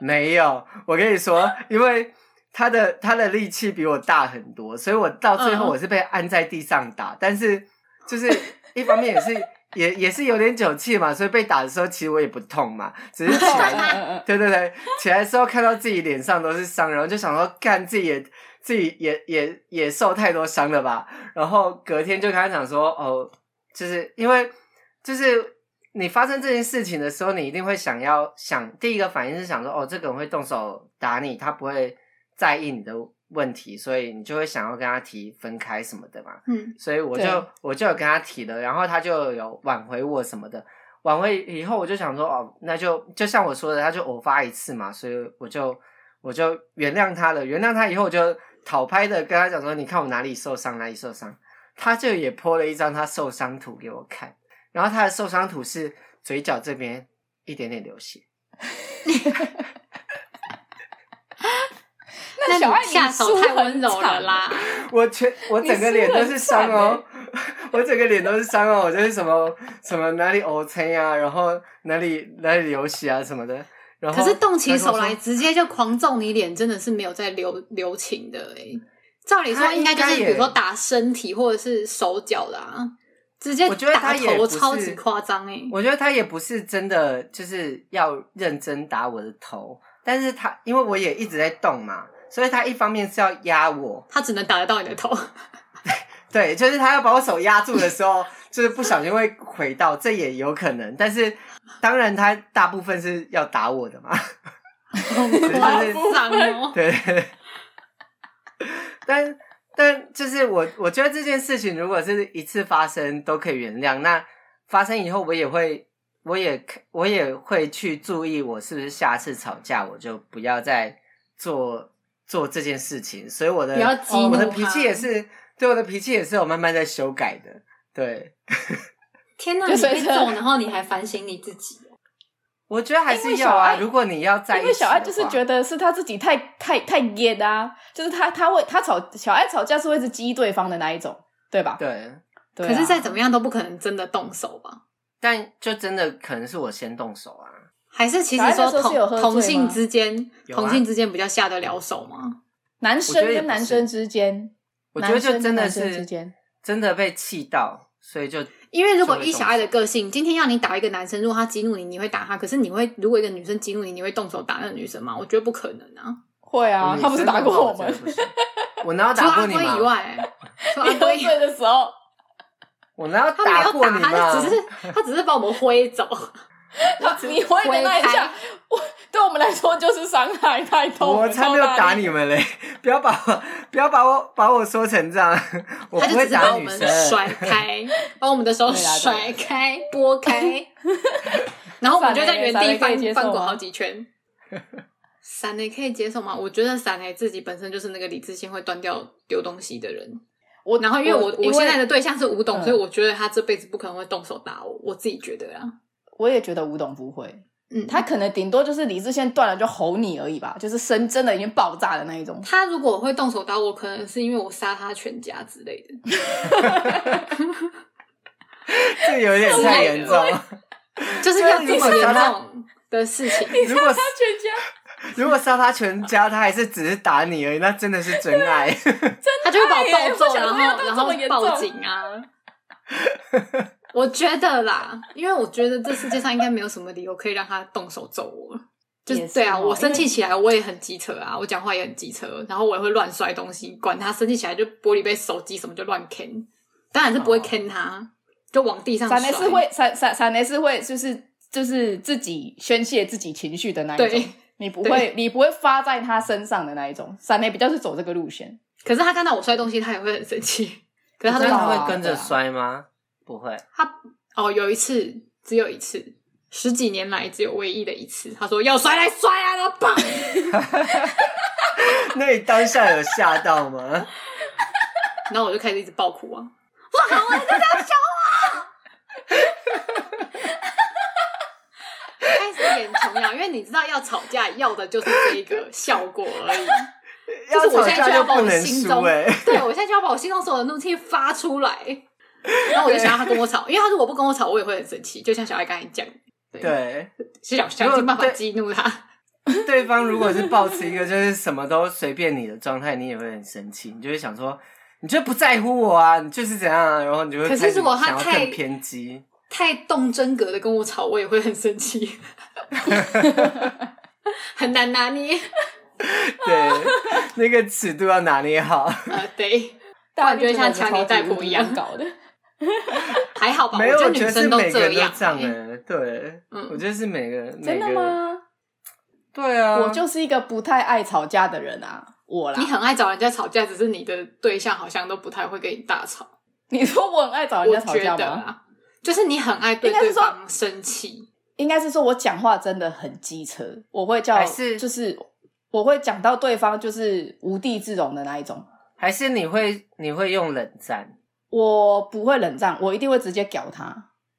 Speaker 2: 没有，我跟你说，因为他的他的力气比我大很多，所以我到最后
Speaker 3: 嗯
Speaker 2: 我是被按在地上打。但是就是一方面也是也也是有点酒气嘛，所以被打的时候其实我也不痛嘛，只是起
Speaker 1: 嗯
Speaker 2: 来
Speaker 1: 嗯嗯嗯
Speaker 2: 对对对，起来之后看到自己脸上都是伤，然后就想说，干自己也自己也也也受太多伤了吧。然后隔天就跟他讲说，哦，就是因为就是你发生这件事情的时候，你一定会想要想第一个反应是想说，哦，这个人会动手打你，他不会在意你的问题，所以你就会想要跟他提分开什么的嘛。
Speaker 3: 嗯，
Speaker 2: 所以我就
Speaker 1: 对
Speaker 2: 我就有跟他提了，然后他就有挽回我什么的。挽回以后，我就想说，哦，那就就像我说的，他就偶发一次嘛，所以我就我就原谅他了。原谅他以后，我就讨拍的跟他讲说，你看我哪里受伤，哪里受伤。他就也泼了一张他受伤图给我看，然后他的受伤图是嘴角这边一点点流血。
Speaker 1: 那小爱
Speaker 3: 你
Speaker 1: 你
Speaker 3: 下手
Speaker 1: 输
Speaker 3: 太
Speaker 1: 很
Speaker 3: 温柔了
Speaker 1: 惨
Speaker 3: 啦。
Speaker 2: 我全我整个脸都是伤哦，我整个脸都是伤哦，我就是什么什么哪里凹坑啊，然后哪里哪里流血啊什么的，然后
Speaker 3: 可是动起
Speaker 2: 他就
Speaker 3: 手
Speaker 2: 说
Speaker 3: 来直接就狂揍你脸，真的是没有在留留情的哎、照理说
Speaker 2: 他
Speaker 3: 应该就是
Speaker 2: 应该
Speaker 3: 比
Speaker 2: 也
Speaker 3: 如说打身体或者是手脚啦，直接
Speaker 2: 我觉得
Speaker 3: 打
Speaker 2: 他也
Speaker 3: 头
Speaker 2: 不是
Speaker 3: 超级夸张哎。
Speaker 2: 我觉得他也不是真的就是要认真打我的头，但是他因为我也一直在动嘛，所以他一方面是要压我，
Speaker 3: 他只能打得到你的头，
Speaker 2: 对，就是他要把我手压住的时候，就是不小心会回到，这也有可能，但是当然他大部分是要打我的嘛。
Speaker 3: 好夸张哦！
Speaker 2: 对，但但就是我，我觉得这件事情如果是一次发生都可以原谅，那发生以后我也会，我也我也会去注意，我是不是下次吵架我就不要再做做这件事情，所以我的
Speaker 3: 不要激怒
Speaker 2: 我的
Speaker 3: 他
Speaker 2: 脾气也是对我的脾气也是有慢慢在修改的，对。
Speaker 4: 天哪，
Speaker 1: 就
Speaker 4: 你
Speaker 1: 随
Speaker 4: 被
Speaker 1: 着
Speaker 4: 揍，然后你还反省你自己，
Speaker 3: 哦
Speaker 2: 我觉得还
Speaker 1: 因
Speaker 2: 是
Speaker 1: 为
Speaker 2: 要
Speaker 1: 小
Speaker 2: 啊，
Speaker 1: 爱
Speaker 2: 如果你要在一
Speaker 1: 因为
Speaker 2: 起的
Speaker 1: 小
Speaker 2: 话，
Speaker 1: 爱就是觉得是他自己太太太野啊，就是他他会他吵小爱吵架是会是激对方的那一种，对吧？
Speaker 2: 对，
Speaker 1: 对啊、
Speaker 3: 可是再怎么样都不可能真的动手吧？
Speaker 2: 但就真的可能是我先动手啊，
Speaker 3: 还是其实
Speaker 1: 小爱那
Speaker 3: 说
Speaker 1: 时候是有
Speaker 3: 同
Speaker 1: 喝醉吗
Speaker 3: 同性之间，
Speaker 2: 有啊
Speaker 3: 同性之间比较下得了手吗？
Speaker 1: 男
Speaker 2: 我
Speaker 1: 生
Speaker 2: 觉得也
Speaker 1: 跟
Speaker 2: 不
Speaker 1: 男
Speaker 2: 是
Speaker 1: 生之间，
Speaker 2: 我觉得
Speaker 1: 男生
Speaker 2: 就
Speaker 1: 跟
Speaker 2: 真的
Speaker 1: 男生之
Speaker 2: 是
Speaker 1: 间
Speaker 2: 真的被气到，所以就
Speaker 3: 因为如果依小爱的个性，今天要你打一个男生，如果他激怒你，你会打他；可是你会，如果一个女生激怒你，你会动手打那个女生吗？我觉得不可能啊！
Speaker 1: 会啊，
Speaker 2: 女
Speaker 1: 他不是
Speaker 2: 生
Speaker 1: 打
Speaker 2: 的话
Speaker 1: 过我
Speaker 2: 真
Speaker 1: 们
Speaker 2: 的， 不行，我哪有
Speaker 3: 除了
Speaker 2: 打
Speaker 3: 阿
Speaker 2: 过你
Speaker 3: 龟以
Speaker 2: 嘛？
Speaker 3: 外、 除了阿
Speaker 1: 你喝
Speaker 3: 龟，
Speaker 1: 醉的时候，
Speaker 2: 我哪有
Speaker 3: 他没有
Speaker 2: 过你
Speaker 3: 打，
Speaker 2: 嘛？
Speaker 3: 他就只是他只是把我们挥走。
Speaker 1: 他 你挥的那一
Speaker 3: 挥
Speaker 1: 下
Speaker 3: 开，
Speaker 1: 我对我们来说就是伤害太痛。
Speaker 2: 我才没有打
Speaker 1: 你。
Speaker 2: 你们嘞！不要把我不要把我把我说成这样，我
Speaker 3: 他
Speaker 2: 不
Speaker 3: 就
Speaker 2: 会
Speaker 3: 只是把
Speaker 2: 打
Speaker 3: 我
Speaker 2: 女
Speaker 3: 们
Speaker 2: 生。
Speaker 3: 甩 开，把我们的手
Speaker 1: 对啦对啦
Speaker 3: 甩开、拨开，然后我们就在原
Speaker 1: 闪
Speaker 3: 地
Speaker 1: 雷可以
Speaker 3: 翻
Speaker 1: 接受吗
Speaker 3: 翻滚好几圈。闪雷可以接受吗？我觉得闪雷自己本身就是那个理智性会断掉丢东西的人。
Speaker 1: 我
Speaker 3: 然后因为我我
Speaker 1: 因
Speaker 3: 现在
Speaker 1: 为
Speaker 3: 的对象是吴董，
Speaker 1: 嗯
Speaker 3: 所以我觉得他这辈子不可能会动手打我，我自己觉得啊。
Speaker 1: 我也觉得吴董不会，
Speaker 3: 嗯，
Speaker 1: 他可能顶多就是理智线断了就吼你而已吧，就是生真的已经爆炸的那一种。
Speaker 3: 他如果会动手打我，可能是因为我杀他全家之类的。
Speaker 2: 这有点太严重。
Speaker 3: 就是
Speaker 2: 对啊
Speaker 3: 像
Speaker 2: 如
Speaker 3: 这么
Speaker 2: 果
Speaker 3: 严
Speaker 2: 杀他
Speaker 3: 重的事情，
Speaker 2: 如果
Speaker 1: 他全家
Speaker 2: 如果杀他全家，他还是只是打你而已，那真的是真爱。
Speaker 3: 他就会把我
Speaker 1: 哎
Speaker 3: 暴
Speaker 1: 我
Speaker 3: 揍，
Speaker 1: 想
Speaker 3: 然
Speaker 1: 说
Speaker 3: 后
Speaker 1: 要到
Speaker 3: 然
Speaker 1: 这
Speaker 3: 后
Speaker 1: 么严重
Speaker 3: 报警啊。我觉得啦，因为我觉得这世界上应该没有什么理由可以让他动手揍我。就
Speaker 1: 也是
Speaker 3: 对啊，
Speaker 1: 哦
Speaker 3: 我生气起来我也很机车啊，我讲话也很机车，然后我也会乱摔东西，管他生气起来就玻璃杯、手机什么就乱啃，当然是不会啃他，就往地上摔。
Speaker 1: 闪雷哦是会闪闪闪雷是会就是就是自己宣泄自己情绪的那一
Speaker 3: 对
Speaker 1: 种，，你不
Speaker 3: 对
Speaker 1: 会你不会发在他身上的那一种。闪雷比较是走这个路线，
Speaker 3: 可是他看到我摔东西，他也会很生气。 可是他
Speaker 1: 知
Speaker 3: 就
Speaker 1: 道
Speaker 2: 他
Speaker 1: 啊
Speaker 2: 会跟着摔吗？不会。
Speaker 3: 他哦，有一次，只有一次，十几年来只有唯一的一次。他说要摔来摔啊，然后棒！
Speaker 2: 那你当下有吓到吗？
Speaker 3: 然后我就开始一直爆哭啊。哇，我真的要 凶啊！开始演琼瑶，因为你知道要吵架要的就是这一个效果而已。
Speaker 2: 要
Speaker 3: 就是
Speaker 2: 吵
Speaker 3: 我现在
Speaker 2: 架
Speaker 3: 就
Speaker 2: 就
Speaker 3: 要把
Speaker 2: 不
Speaker 3: 我
Speaker 2: 能
Speaker 3: 心中
Speaker 2: 输哎、
Speaker 3: 对我现在就要把我心中所有的怒气发出来。然后我就想要他跟我吵，因为他如果不跟我吵，我也会很生气。就像小爱刚才讲，
Speaker 2: 对，
Speaker 3: 想想尽办法
Speaker 2: 对
Speaker 3: 激怒他。
Speaker 2: 对方如果是抱持一个就是什么都随便你的状态，你也会很生气，你就会想说，你就不在乎我啊，你就是怎样、啊，然后你就会
Speaker 3: 可是
Speaker 2: 开始
Speaker 3: 如果他
Speaker 2: 想要
Speaker 3: 太
Speaker 2: 更偏激，
Speaker 3: 太动真格的跟我吵，我也会很生 气，很难拿捏。
Speaker 2: 对，那个尺度要拿捏 好。
Speaker 3: 呃，对，
Speaker 1: 大家
Speaker 3: 我觉得像
Speaker 1: 强
Speaker 3: 强尼戴普一样
Speaker 1: 搞的。
Speaker 3: 还好吧。
Speaker 2: 没有，
Speaker 3: 我觉
Speaker 2: 觉
Speaker 3: 得女
Speaker 2: 得是
Speaker 3: 生都
Speaker 2: 每个
Speaker 3: 这
Speaker 2: 人都
Speaker 3: 样、
Speaker 2: 这样哎、
Speaker 3: 欸
Speaker 2: 对，
Speaker 3: 嗯
Speaker 2: 我觉得是每个人
Speaker 1: 真的？
Speaker 2: 每个
Speaker 1: 吗？
Speaker 2: 对啊，
Speaker 1: 我就是一个不太爱吵架的人啊，我啦
Speaker 3: 你。很爱找人家吵架，只是你的对象好像都不太会跟你大吵。
Speaker 1: 你说我很爱哦找人
Speaker 3: 我
Speaker 1: 家吵
Speaker 3: 觉
Speaker 1: 架
Speaker 3: 得
Speaker 1: 吗？
Speaker 3: 啊，就是你很爱对
Speaker 1: 应该
Speaker 3: 对
Speaker 1: 是说
Speaker 3: 方生气。
Speaker 1: 应该是说我讲话真的很机车，我会叫
Speaker 2: 还是
Speaker 1: 就是我会讲到对方就是无地自容的那一种。
Speaker 2: 还是你会你会用冷战，
Speaker 1: 我不会冷战，我一定会直接屌他，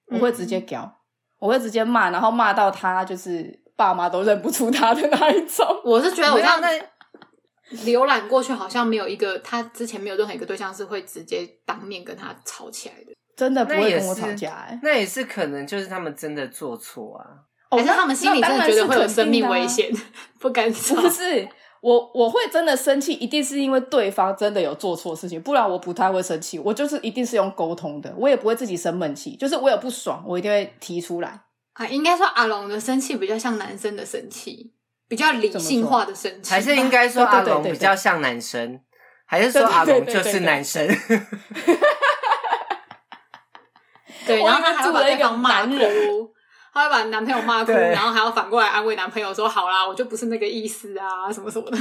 Speaker 1: 我
Speaker 3: 嗯
Speaker 1: 会直接屌，我会直接骂，然后骂到他就是爸妈都认不出他的那一种。
Speaker 3: 我是觉得我
Speaker 2: 没有
Speaker 3: 这样
Speaker 2: 那
Speaker 3: 浏览过去，好像没有一个他之前没有任何一个对象是会直接当面跟他吵起来的，
Speaker 1: 真的不
Speaker 2: 那
Speaker 1: 会
Speaker 2: 也
Speaker 1: 跟我
Speaker 2: 是
Speaker 1: 吵架哎、
Speaker 2: 那也是可能就是他们真的做错啊。
Speaker 1: 哦，
Speaker 3: 还是
Speaker 1: 那
Speaker 3: 他们心里真的觉得会有生
Speaker 1: 啊
Speaker 3: 命危？险，不敢
Speaker 1: 那
Speaker 3: 吵
Speaker 1: 当然是肯定的啊不。是，我我会真的生气，一定是因为对方真的有做错事情，不然我不太会生气。我就是一定是用沟通的，我也不会自己生闷气，就是我有不爽，我一定会提出来。
Speaker 3: 啊，应该说阿龙的生气比较像男生的生气，比较理性化的生气，
Speaker 2: 还是应该说
Speaker 1: 哦对对
Speaker 2: 阿
Speaker 1: 对
Speaker 2: 龙
Speaker 1: 对
Speaker 2: 比
Speaker 1: 对
Speaker 2: 较像男生，还是
Speaker 1: 对
Speaker 2: 说
Speaker 1: 对
Speaker 2: 阿
Speaker 1: 对
Speaker 2: 龙
Speaker 1: 对
Speaker 2: 就
Speaker 1: 对
Speaker 2: 是
Speaker 1: 对
Speaker 2: 男生？
Speaker 3: 对，
Speaker 1: 我
Speaker 3: 然后他还
Speaker 1: 以为住
Speaker 3: 会把
Speaker 1: 了
Speaker 3: 对
Speaker 1: 一个
Speaker 3: 方骂
Speaker 1: 男人
Speaker 3: 哭，他会把男朋友骂哭，
Speaker 2: 对
Speaker 3: 然后还要反过来安慰男朋友说：“好啦，我就不是那个意思啊，什么什么的。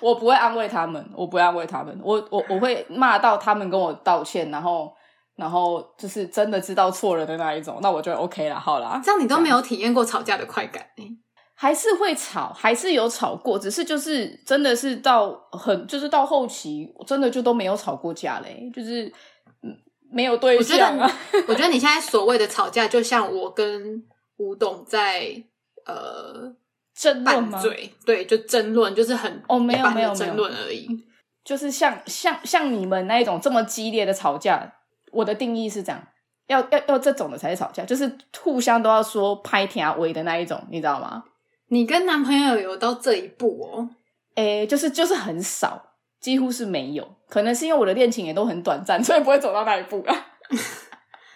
Speaker 1: 我不会安慰他们，我不会安慰他们，我我我会骂到他们跟我道歉，然后然后就是真的知道错了的那一种，那我就 OK 了，好啦”。
Speaker 3: 这样你都没有体验过吵架的快感、欸，
Speaker 1: 还是会吵，还是有吵过，只是就是真的是到很就是到后期，我真的就都没有吵过架嘞、就是嗯没有对
Speaker 3: 我觉得
Speaker 1: 象
Speaker 3: 你
Speaker 1: 啊。，
Speaker 3: 我觉得你现在所谓的吵架，就像我跟吴董在呃
Speaker 1: 争论
Speaker 3: 拌
Speaker 1: 吗？
Speaker 3: 嘴，对，就争论，就是很
Speaker 1: 哦没有
Speaker 3: 一般的
Speaker 1: 没有没有
Speaker 3: 争论而已。
Speaker 1: 就是像像像你们那一种这么激烈的吵架，我的定义是这样，要要要这种的才是吵架，就是互相都要说拍天啊围的那一种，你知道吗？
Speaker 3: 你跟男朋友有到这一步哦？
Speaker 1: 诶，就是就是很少，几乎是没有，可能是因为我的恋情也都很短暂，所以不会走到那一步啊。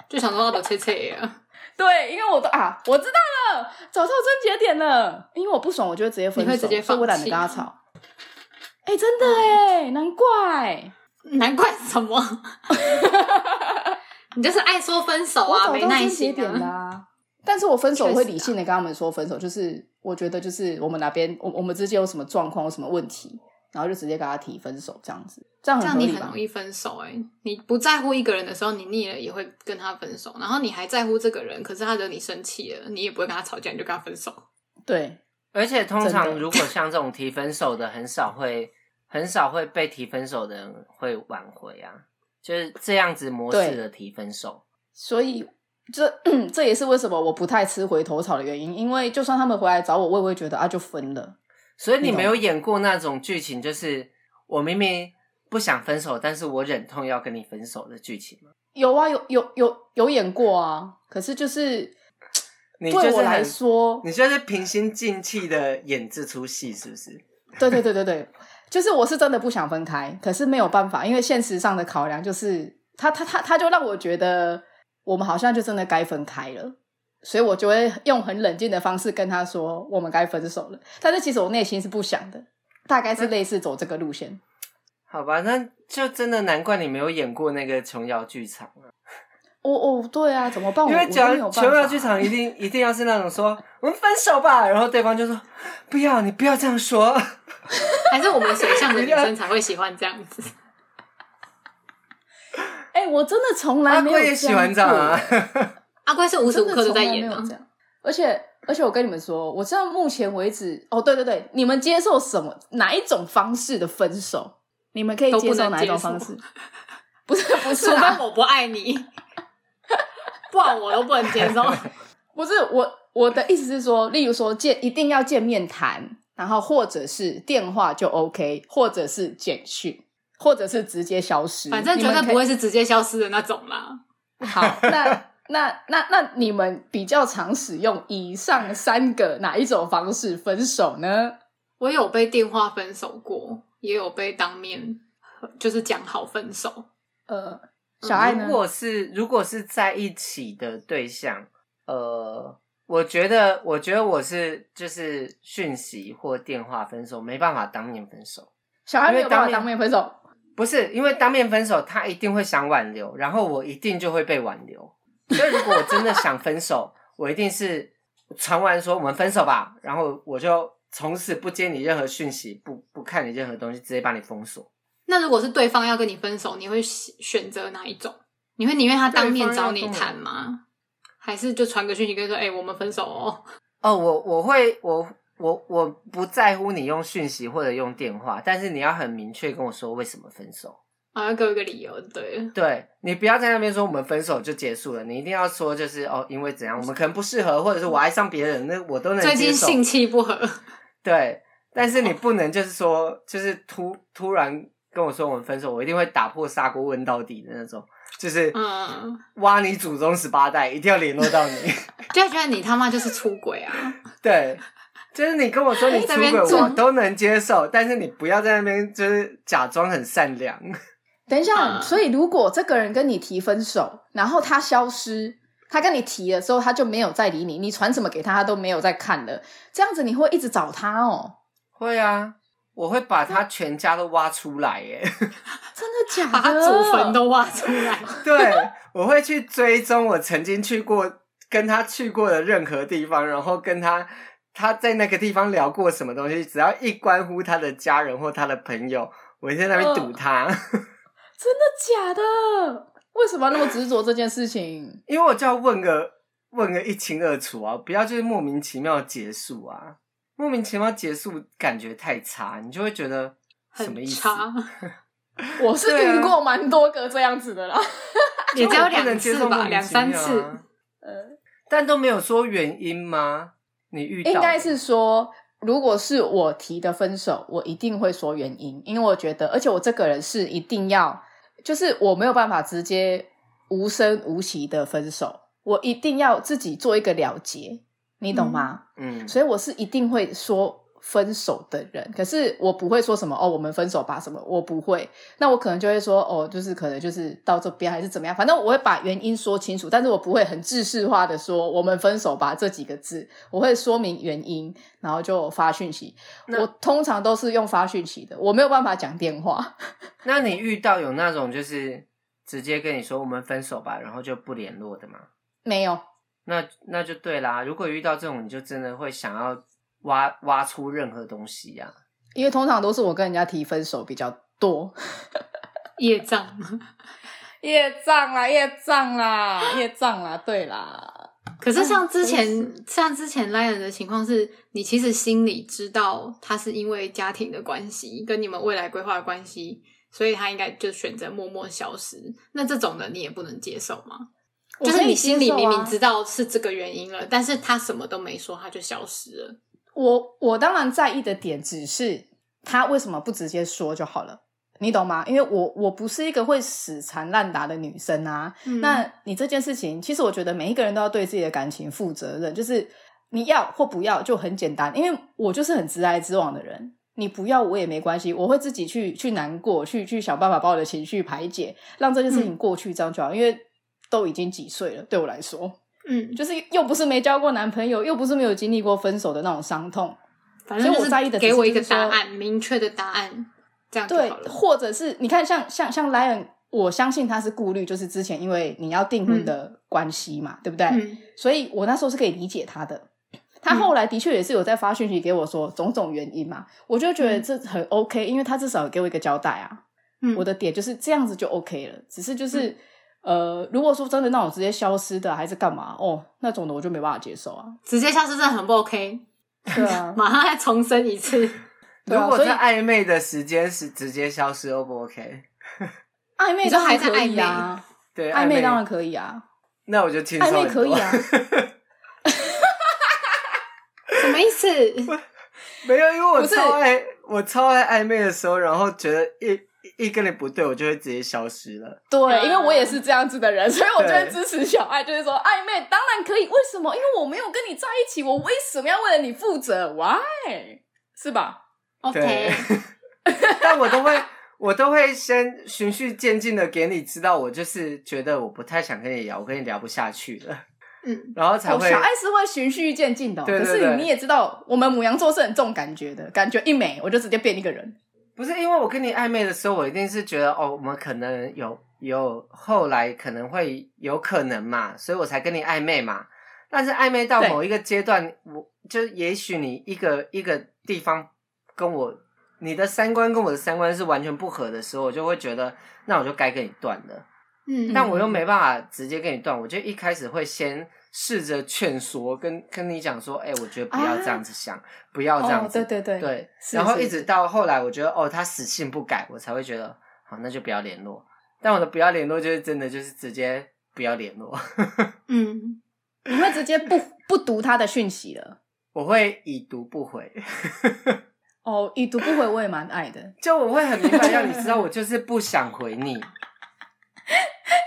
Speaker 3: 就想说要切切啊，
Speaker 1: 对，因为我都啊，我知道了，找到症结点了。因为我不爽，我就会直接分手，
Speaker 3: 你会直接
Speaker 1: 所以我懒得
Speaker 3: 放弃
Speaker 1: 跟他吵。哎、真的哎、难怪
Speaker 3: 难怪什么？ 你就是爱说分手
Speaker 1: 我
Speaker 3: 啊，
Speaker 1: 找到
Speaker 3: 没
Speaker 1: 症
Speaker 3: 耐
Speaker 1: 结
Speaker 3: 心
Speaker 1: 点啦、
Speaker 3: 啊。
Speaker 1: 但是我分手我会
Speaker 3: 确实啊
Speaker 1: 理性的跟他们说分手，就是我觉得就是我们哪边我我们之间有什么状况，有什么问题，然后就直接跟他提分手，这样子，这样
Speaker 3: 这
Speaker 1: 很合
Speaker 3: 样你
Speaker 1: 理
Speaker 3: 很
Speaker 1: 吧
Speaker 3: 容？易分手哎、你不在乎一个人的时候，你腻了也会跟他分手，然后你还在乎这个人，可是他惹你生气了，你也不会跟他吵架，你就跟他分 手。
Speaker 1: 对，
Speaker 2: 而且通
Speaker 1: 真
Speaker 2: 常
Speaker 1: 的
Speaker 2: 如果像这种提分手的，很少会很少会被提分手的人会挽回啊，就是这样子模式的提分手。
Speaker 1: 所以这 这也是为什么我不太吃回头草的原因，因为就算他们回来找我，我也会觉得啊，就分了。
Speaker 2: 所以
Speaker 1: 你
Speaker 2: 你
Speaker 1: 懂
Speaker 2: 没有演过那种剧情，就是我明明不想分手，但是我忍痛要跟你分手的剧情吗？
Speaker 1: 有啊，有有有有演过啊，可是就是
Speaker 2: 你就
Speaker 1: 对
Speaker 2: 是
Speaker 1: 我来
Speaker 2: 很，
Speaker 1: 说，
Speaker 2: 你就是平心静气的演这出戏，是不是？
Speaker 1: 对对对对对，就是我是真的不想分开，可是没有办法，因为现实上的考量就是他他他他就让我觉得我们好像就真的该分开了。所以我就会用很冷静的方式跟他说，我们该分手了。但是其实我内心是不想的，大概是类似走这个路线。
Speaker 2: 好吧，那就真的难怪你没有演过那个琼瑶剧场啊，
Speaker 1: 哦哦，对啊，怎么办？我
Speaker 2: 因为
Speaker 1: 我都没有办
Speaker 2: 琼琼瑶
Speaker 1: 法
Speaker 2: 剧场一定一定要是那种说我们分手吧，然后对方就说不要，你不要这样说。
Speaker 3: 还是我们水象的女生才会喜欢这样子，
Speaker 1: 哎、我真的从来
Speaker 2: 阿
Speaker 1: 没有
Speaker 2: 贵也喜欢这样
Speaker 1: 过
Speaker 2: 啊，
Speaker 3: 阿龟是无时无刻都在
Speaker 1: 真的从来没
Speaker 3: 演
Speaker 1: 有
Speaker 3: 啊
Speaker 1: 这。样。而且而且，我跟你们说，我知道目前为止，哦，对对对，你们接受什么哪一种方式的分手？你们可以
Speaker 3: 都不
Speaker 1: 接受
Speaker 3: 能
Speaker 1: 哪一种
Speaker 3: 接受
Speaker 1: 方式？不是不
Speaker 3: 除
Speaker 1: 是
Speaker 3: 非
Speaker 1: 啦，
Speaker 3: 我不爱你，不然我都不能接受。
Speaker 1: 不是我我的意思是说，例如说见一定要见面谈，然后或者是电话就 OK，或者是简讯，或者是直接消失，
Speaker 3: 反正
Speaker 1: 你
Speaker 3: 绝
Speaker 1: 们
Speaker 3: 对
Speaker 1: 可以
Speaker 3: 不会是直接消失的那种啦。
Speaker 1: 好，那那那那你们比较常使用以上三个哪一种方式分手呢？
Speaker 3: 我有被电话分手过，也有被当面就是讲好分手。
Speaker 1: 呃，小爱呢
Speaker 2: 嗯如？果是如果是在一起的对象，呃，我觉得我觉得我是就是讯息或电话分手，没办法当面分手。
Speaker 1: 小爱没
Speaker 2: 因
Speaker 1: 有
Speaker 2: 为当
Speaker 1: 办法
Speaker 2: 面
Speaker 1: 当面分手，
Speaker 2: 不是因为当面分手，他一定会想挽留，然后我一定就会被挽留。所以如果我真的想分手， 我一定是传完说我们分手吧，然后我就从此不接你任何讯息，不不看你任何东西，直接把你封锁。
Speaker 3: 那如果是对方要跟你分手，你会选选择哪一种？你会宁愿他当面找你谈吗？还是就传个讯息跟你说，哎、我们分手哦？
Speaker 2: 哦，我我会我我我不在乎你用讯息或者用电话，但是你要很明确跟我说为什么分手。
Speaker 3: 啊，要给我一个理由，对了。
Speaker 2: 对你不要在那边说我们分手就结束了，你一定要说就是哦，因为怎样，我们可能不适合，或者是我爱上别人，那我都能
Speaker 3: 最
Speaker 2: 接
Speaker 3: 近
Speaker 2: 受。
Speaker 3: 性气不合，
Speaker 2: 对，但是你不能就是说，就是突突然跟我说我们分手，我一定会打破砂锅问到底的那种，就是
Speaker 3: 嗯，
Speaker 2: 挖你祖宗十八代，一定要联络到你。
Speaker 3: 就会觉得你他妈就是出轨啊！
Speaker 2: 对，就是你跟我说你出
Speaker 3: 在那
Speaker 2: 轨，
Speaker 3: 边装
Speaker 2: 我都能接受，但是你不要在那边就是假装很善良。
Speaker 1: 等一下，
Speaker 3: 嗯
Speaker 1: 所以如果这个人跟你提分手，然后他消失，他跟你提了之后，他就没有再理你，你传什么给他，他都没有再看了，这样子你会一直找他哦？
Speaker 2: 会啊，我会把
Speaker 3: 嗯
Speaker 2: 他全家都挖出来耶。
Speaker 1: 真的假的？
Speaker 3: 把他祖坟都挖出来，
Speaker 2: 对，我会去追踪我曾经去过跟他去过的任何地方，然后跟他他在那个地方聊过什么东西，只要一关乎他的家人或他的朋友，我就在那边
Speaker 3: 嗯
Speaker 2: 堵他，
Speaker 1: 真的假的？为什么要那么执着这件事情？
Speaker 2: 因为我就要问个问个一清二楚啊，不要就是莫名其妙结束啊，莫名其妙结束感觉太差，你就会觉得什么
Speaker 3: 很
Speaker 2: 意思？
Speaker 3: 差，
Speaker 1: 我是
Speaker 2: 对啊
Speaker 1: 遇过蛮多个这样子的啦。
Speaker 3: 也只
Speaker 2: 就
Speaker 3: 有
Speaker 2: 我不能
Speaker 3: 两
Speaker 2: 接
Speaker 3: 次
Speaker 2: 受莫
Speaker 3: 吧，
Speaker 2: 名
Speaker 3: 两
Speaker 2: 其妙啊
Speaker 3: 三次。
Speaker 1: 呃，
Speaker 2: 但都没有说原因吗？你遇到
Speaker 1: 应该是说，如果是我提的分手，我一定会说原因，因为我觉得，而且我这个人是一定要，就是我没有办法直接无声无息的分手，我一定要自己做一个了结，你懂吗？
Speaker 2: 嗯，
Speaker 1: 所以我是一定会说分手的人，可是我不会说什么哦，我们分手吧什么，我不会。那我可能就会说哦，就是可能就是到这边还是怎么样，反正我会把原因说清楚，但是我不会很制式化的说我们分手吧这几个字，我会说明原因，然后就发讯息。
Speaker 2: 那
Speaker 1: 我通常都是用发讯息的，我没有办法讲电话。
Speaker 2: 那你遇到有那种就是直接跟你说我们分手吧，然后就不联络的吗？
Speaker 1: 没有，
Speaker 2: 那那就对啦。如果遇到这种，你就真的会想要挖挖出任何东西呀、
Speaker 1: 因为通常都是我跟人家提分手比较多。
Speaker 3: 业障吗？
Speaker 1: 业障啦，业障啦，业障啦，对啦，
Speaker 3: 可是像之前、
Speaker 1: 嗯
Speaker 3: 像之前 Lion 的情况是，你其实心里知道他是因为家庭的关系，跟你们未来规划的关系，所以他应该就选择默默消失。那这种的你也不能接受吗？就是你心里
Speaker 1: 啊
Speaker 3: 明明知道是这个原因了，但是他什么都没说，他就消失了。
Speaker 1: 我我当然在意的点只是他为什么不直接说就好了，你懂吗？因为我我不是一个会死缠烂打的女生啊。
Speaker 3: 嗯
Speaker 1: 那你这件事情，其实我觉得每一个人都要对自己的感情负责任，就是你要或不要就很简单，因为我就是很直来直往的人。你不要我也没关系，我会自己去去难过，去去想办法把我的情绪排解，让这件事情过去，这样就好。因为都已经几岁了，对我来说，
Speaker 3: 嗯，
Speaker 1: 就是又不是没交过男朋友，又不是没有经历过分手的那种伤痛，
Speaker 3: 嗯反正就
Speaker 1: 所以我在意
Speaker 3: 是
Speaker 1: 的
Speaker 3: 给我一个
Speaker 1: 只是就
Speaker 3: 答
Speaker 1: 是说
Speaker 3: 案，明确的答案，这样就
Speaker 1: 对
Speaker 3: 好，了。
Speaker 1: 或者是你看像像像 Lion，我相信他是顾虑，就是之前因为你要订婚的关系嘛，对不对？
Speaker 3: 嗯，
Speaker 1: 所以我那时候是可以理解他的。他后来的确也是有在发讯息给我说种种原因嘛，我就觉得这很 OK，因为他至少有给我一个交代啊。
Speaker 3: 嗯
Speaker 1: 我的点就是这样子就 OK 了，只是就是、呃，如果说真的那种直接消失的还是干嘛哦，那种的我就没办法接受啊。
Speaker 3: 直接消失真的很不 OK，
Speaker 1: 对啊，
Speaker 3: 马上再重生一次。
Speaker 1: 对啊
Speaker 2: 如果
Speaker 1: 所以
Speaker 2: 在暧昧的时间是直接消失，O 不 OK？
Speaker 1: 暧昧
Speaker 3: 你说
Speaker 1: 当然
Speaker 3: 还在
Speaker 1: 可以
Speaker 3: 暧昧
Speaker 1: 啊，
Speaker 2: 对，
Speaker 1: 暧
Speaker 2: 昧
Speaker 1: 昧当然可以啊，
Speaker 2: 那我就轻松
Speaker 1: 暧
Speaker 2: 很多。
Speaker 1: 昧可以啊，
Speaker 3: 什么意思？
Speaker 2: 没有，因为我
Speaker 1: 不是
Speaker 2: 超爱我超爱暧昧的时候，然后觉得一一一跟你不对，我就会直接消失了。
Speaker 1: 对，
Speaker 3: 嗯
Speaker 1: 因为我也是这样子的人， 所以我就会支
Speaker 2: 对
Speaker 1: 持小爱，就是说暧昧当然可以，为什么？因为我没有跟你在一起，我为什么要为了你负责？Why？是吧？
Speaker 2: 对
Speaker 3: OK，
Speaker 2: 但我都会我都会先循序渐进的给你知道，我就是觉得我不太想跟你聊，我跟你聊不下去了，
Speaker 3: 嗯，
Speaker 2: 然后才
Speaker 1: 哦，
Speaker 2: 会、
Speaker 1: 小爱是会循序渐进的哦、
Speaker 2: 对对
Speaker 1: 可是
Speaker 2: 对
Speaker 1: 你也知道，我们母羊座是很重感觉的，感觉一美我就直接变一个人。
Speaker 2: 不是因为我跟你暧昧的时候，我一定是觉得哦，我们可能有有后来可能会有可能嘛，所以我才跟你暧昧嘛。但是暧昧到
Speaker 1: 对
Speaker 2: 某一个阶段，我就也许你一个一个地方跟我你的三观跟我的三观是完全不合的时候，我就会觉得那我就该跟你断了。
Speaker 3: 嗯，
Speaker 2: 但我又没办法直接跟你断，我就一开始会先试着劝说，跟跟你讲说，哎、我觉得不要这样子想，不要这样
Speaker 1: 哦，
Speaker 2: 子
Speaker 1: 对对对，
Speaker 2: 对，
Speaker 1: 是
Speaker 2: 然后
Speaker 1: 是
Speaker 2: 一直到后来，我觉得哦，他死性不改，我才会觉得好，那就不要联络。但我的不要联络就是真的就是直接不要联络，
Speaker 3: 嗯，
Speaker 1: 你会直接不不读他的讯息了。
Speaker 2: 我会已读不回，
Speaker 1: 哦，已读不回我也蛮爱的，
Speaker 2: 就我会很明白让你知道我就是不想回你。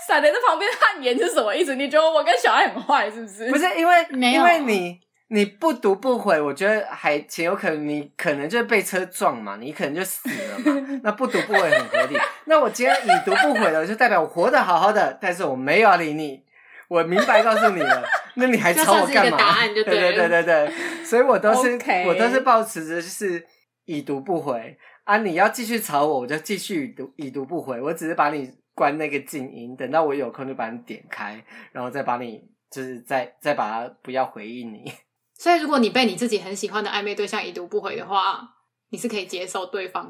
Speaker 1: 闪雷在旁边汗颜是什么意思？你觉得我跟小爱很坏是不是？
Speaker 2: 不是因为
Speaker 3: 没
Speaker 2: 因
Speaker 3: 有
Speaker 2: 为你你不读不回，我觉得还情有可原，你可能就被车撞嘛，你可能就死了 嘛。那不读不回很合理。那我今天已读不回了，就代表我活得好好的，但是我没有要理你，我明白告诉你了。那你还找我
Speaker 3: 这算是
Speaker 2: 干
Speaker 3: 一
Speaker 2: 嘛？
Speaker 3: 个答案 就
Speaker 2: 对
Speaker 3: 对了
Speaker 2: 对对对， 所以我都是
Speaker 1: OK
Speaker 2: 我都是保持着就是已读不回啊，你要继续吵我，我就继续已读已读不回，我只是把你关那个静音，等到我有空就把你点开，然后再把你就是再再把它不要回应你。
Speaker 3: 所以如果你被你自己很喜欢的暧昧对象已读不回的话，你是可以接受对方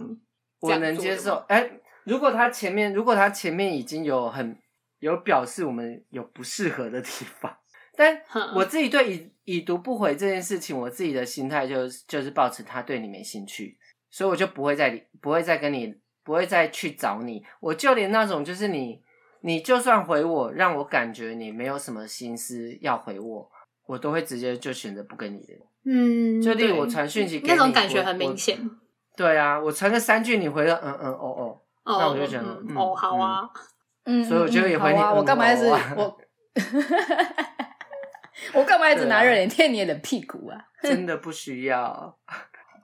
Speaker 3: 这
Speaker 2: 我
Speaker 3: 样做的吗
Speaker 2: 能接受。。哎、如果他前面，如果他前面已经有很有表示我们有不适合的地方，但
Speaker 3: 哼
Speaker 2: 我自己对已已读不回这件事情，我自己的心态就是就是保持他对你没兴趣，所以我就不会再理不会再跟你不会再去找你。我就连那种就是你你就算回我，让我感觉你没有什么心思要回我。我都会直接就选择不跟你联络，
Speaker 3: 嗯，
Speaker 2: 就例如
Speaker 3: 对
Speaker 2: 我传讯息给你，
Speaker 3: 那种感觉
Speaker 2: 我
Speaker 3: 很明。显
Speaker 2: 我。对啊，我传个三句，你回了嗯嗯哦 哦，
Speaker 3: 哦，
Speaker 2: 那我就觉得
Speaker 3: 嗯
Speaker 2: 嗯
Speaker 3: 哦，好 啊，
Speaker 1: 嗯，
Speaker 2: 所以我觉得也回
Speaker 1: 嗯
Speaker 2: 你
Speaker 1: 好啊，我干嘛一直
Speaker 2: 嗯好啊
Speaker 1: 我， 我干嘛一直拿
Speaker 2: 对啊
Speaker 1: 热脸贴你的冷屁股啊？
Speaker 2: 真的不需要。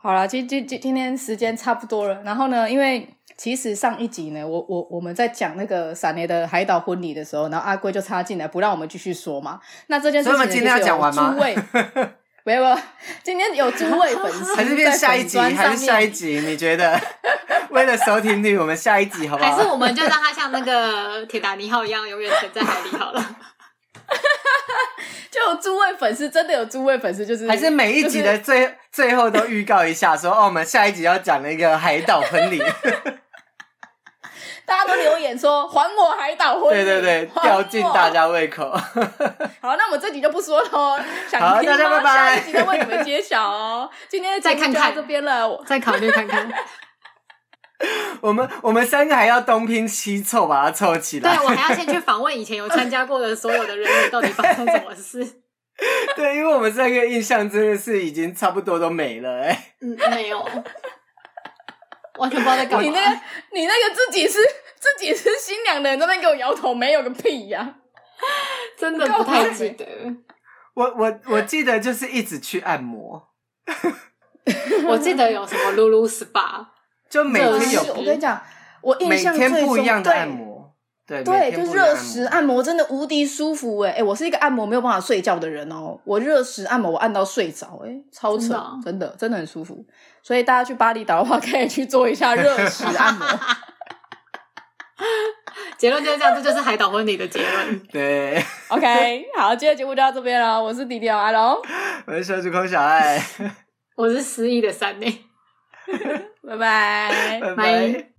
Speaker 1: 好了，今今今今天时间差不多了。然后呢，因为其实上一集呢，我我我们在讲那个闪雷的海岛婚礼的时候，然后阿龟就插进来，不让我们继续说嘛。那这件事情呢
Speaker 2: 所以我们今天要讲完吗
Speaker 1: 就是 有诸位，没有，没有今天有诸位粉丝
Speaker 2: 还是变下一集，
Speaker 1: 在粉专
Speaker 2: 还
Speaker 1: 上
Speaker 2: 是下
Speaker 1: 面
Speaker 2: 一集？你觉得？ 为了收听率，我们下一集好不
Speaker 3: 还是
Speaker 2: 好？
Speaker 3: 我们就让它像那个铁达尼号一样，永远沉在海里好了。
Speaker 1: 就有诸位粉丝，真的有诸位粉丝，就是
Speaker 2: 还是每一集的最、最后都预告一下说哦，我们下一集要讲那个海 岛婚礼。
Speaker 1: 大家都留言说还我海岛婚
Speaker 2: 对
Speaker 1: 礼，
Speaker 2: 对对，
Speaker 1: 还
Speaker 2: 吊尽
Speaker 1: 我
Speaker 2: 大家胃口。
Speaker 1: 好，那我们这集就不说了 哦。想
Speaker 2: 好
Speaker 1: 听吗
Speaker 2: 大家拜拜
Speaker 1: 下一集再为你们揭晓 哦。今天的节
Speaker 3: 再
Speaker 1: 目
Speaker 3: 看
Speaker 1: 就到
Speaker 3: 看
Speaker 1: 这边了，我
Speaker 3: 再考虑看看。
Speaker 2: 我们我们三个还要东拼西凑把它凑起
Speaker 3: 对
Speaker 2: 来。
Speaker 3: 我还要先去访问以前有参加过的所有的人员，到底发生什么事？
Speaker 2: 对，因为我们三个印象真的是已经差不多都没了哎、
Speaker 3: 嗯，没有，完全不知道在干嘛。
Speaker 1: 你那个你那个自己是自己是新娘的人，在那边给我摇头，没有个屁呀、
Speaker 3: 真的不太记得，
Speaker 2: 我我我记得就是一直去按摩，
Speaker 3: 我记得有什么露露 SPA，
Speaker 2: 就每
Speaker 3: 热
Speaker 2: 天
Speaker 3: 石
Speaker 1: 是
Speaker 2: 有
Speaker 1: 我跟你讲，我印
Speaker 2: 每
Speaker 1: 象
Speaker 2: 天
Speaker 1: 最
Speaker 2: 不一
Speaker 1: 深
Speaker 2: 样的
Speaker 1: 对
Speaker 2: 按摩，对每
Speaker 1: 对，
Speaker 2: 天
Speaker 1: 就
Speaker 2: 不一样
Speaker 1: 热啊
Speaker 2: 的按摩
Speaker 1: 石按摩真的无敌舒服哎、欸、我是一个按摩没有办法睡觉的人哦，我热石按摩我按到睡着哎、超扯
Speaker 3: 真的啊，
Speaker 1: 真的真的很舒服。所以大家去巴厘岛的话，可以去做一下热石按摩。
Speaker 3: 结论就是这样，这就是海岛婚礼的结论。
Speaker 2: 对，
Speaker 1: OK，好，今天节目就到这边了，我是迪迪哦阿龙，
Speaker 2: 我是小主控 小爱，
Speaker 3: 我是失忆的三内。
Speaker 1: 拜拜。
Speaker 2: 拜拜
Speaker 3: 拜。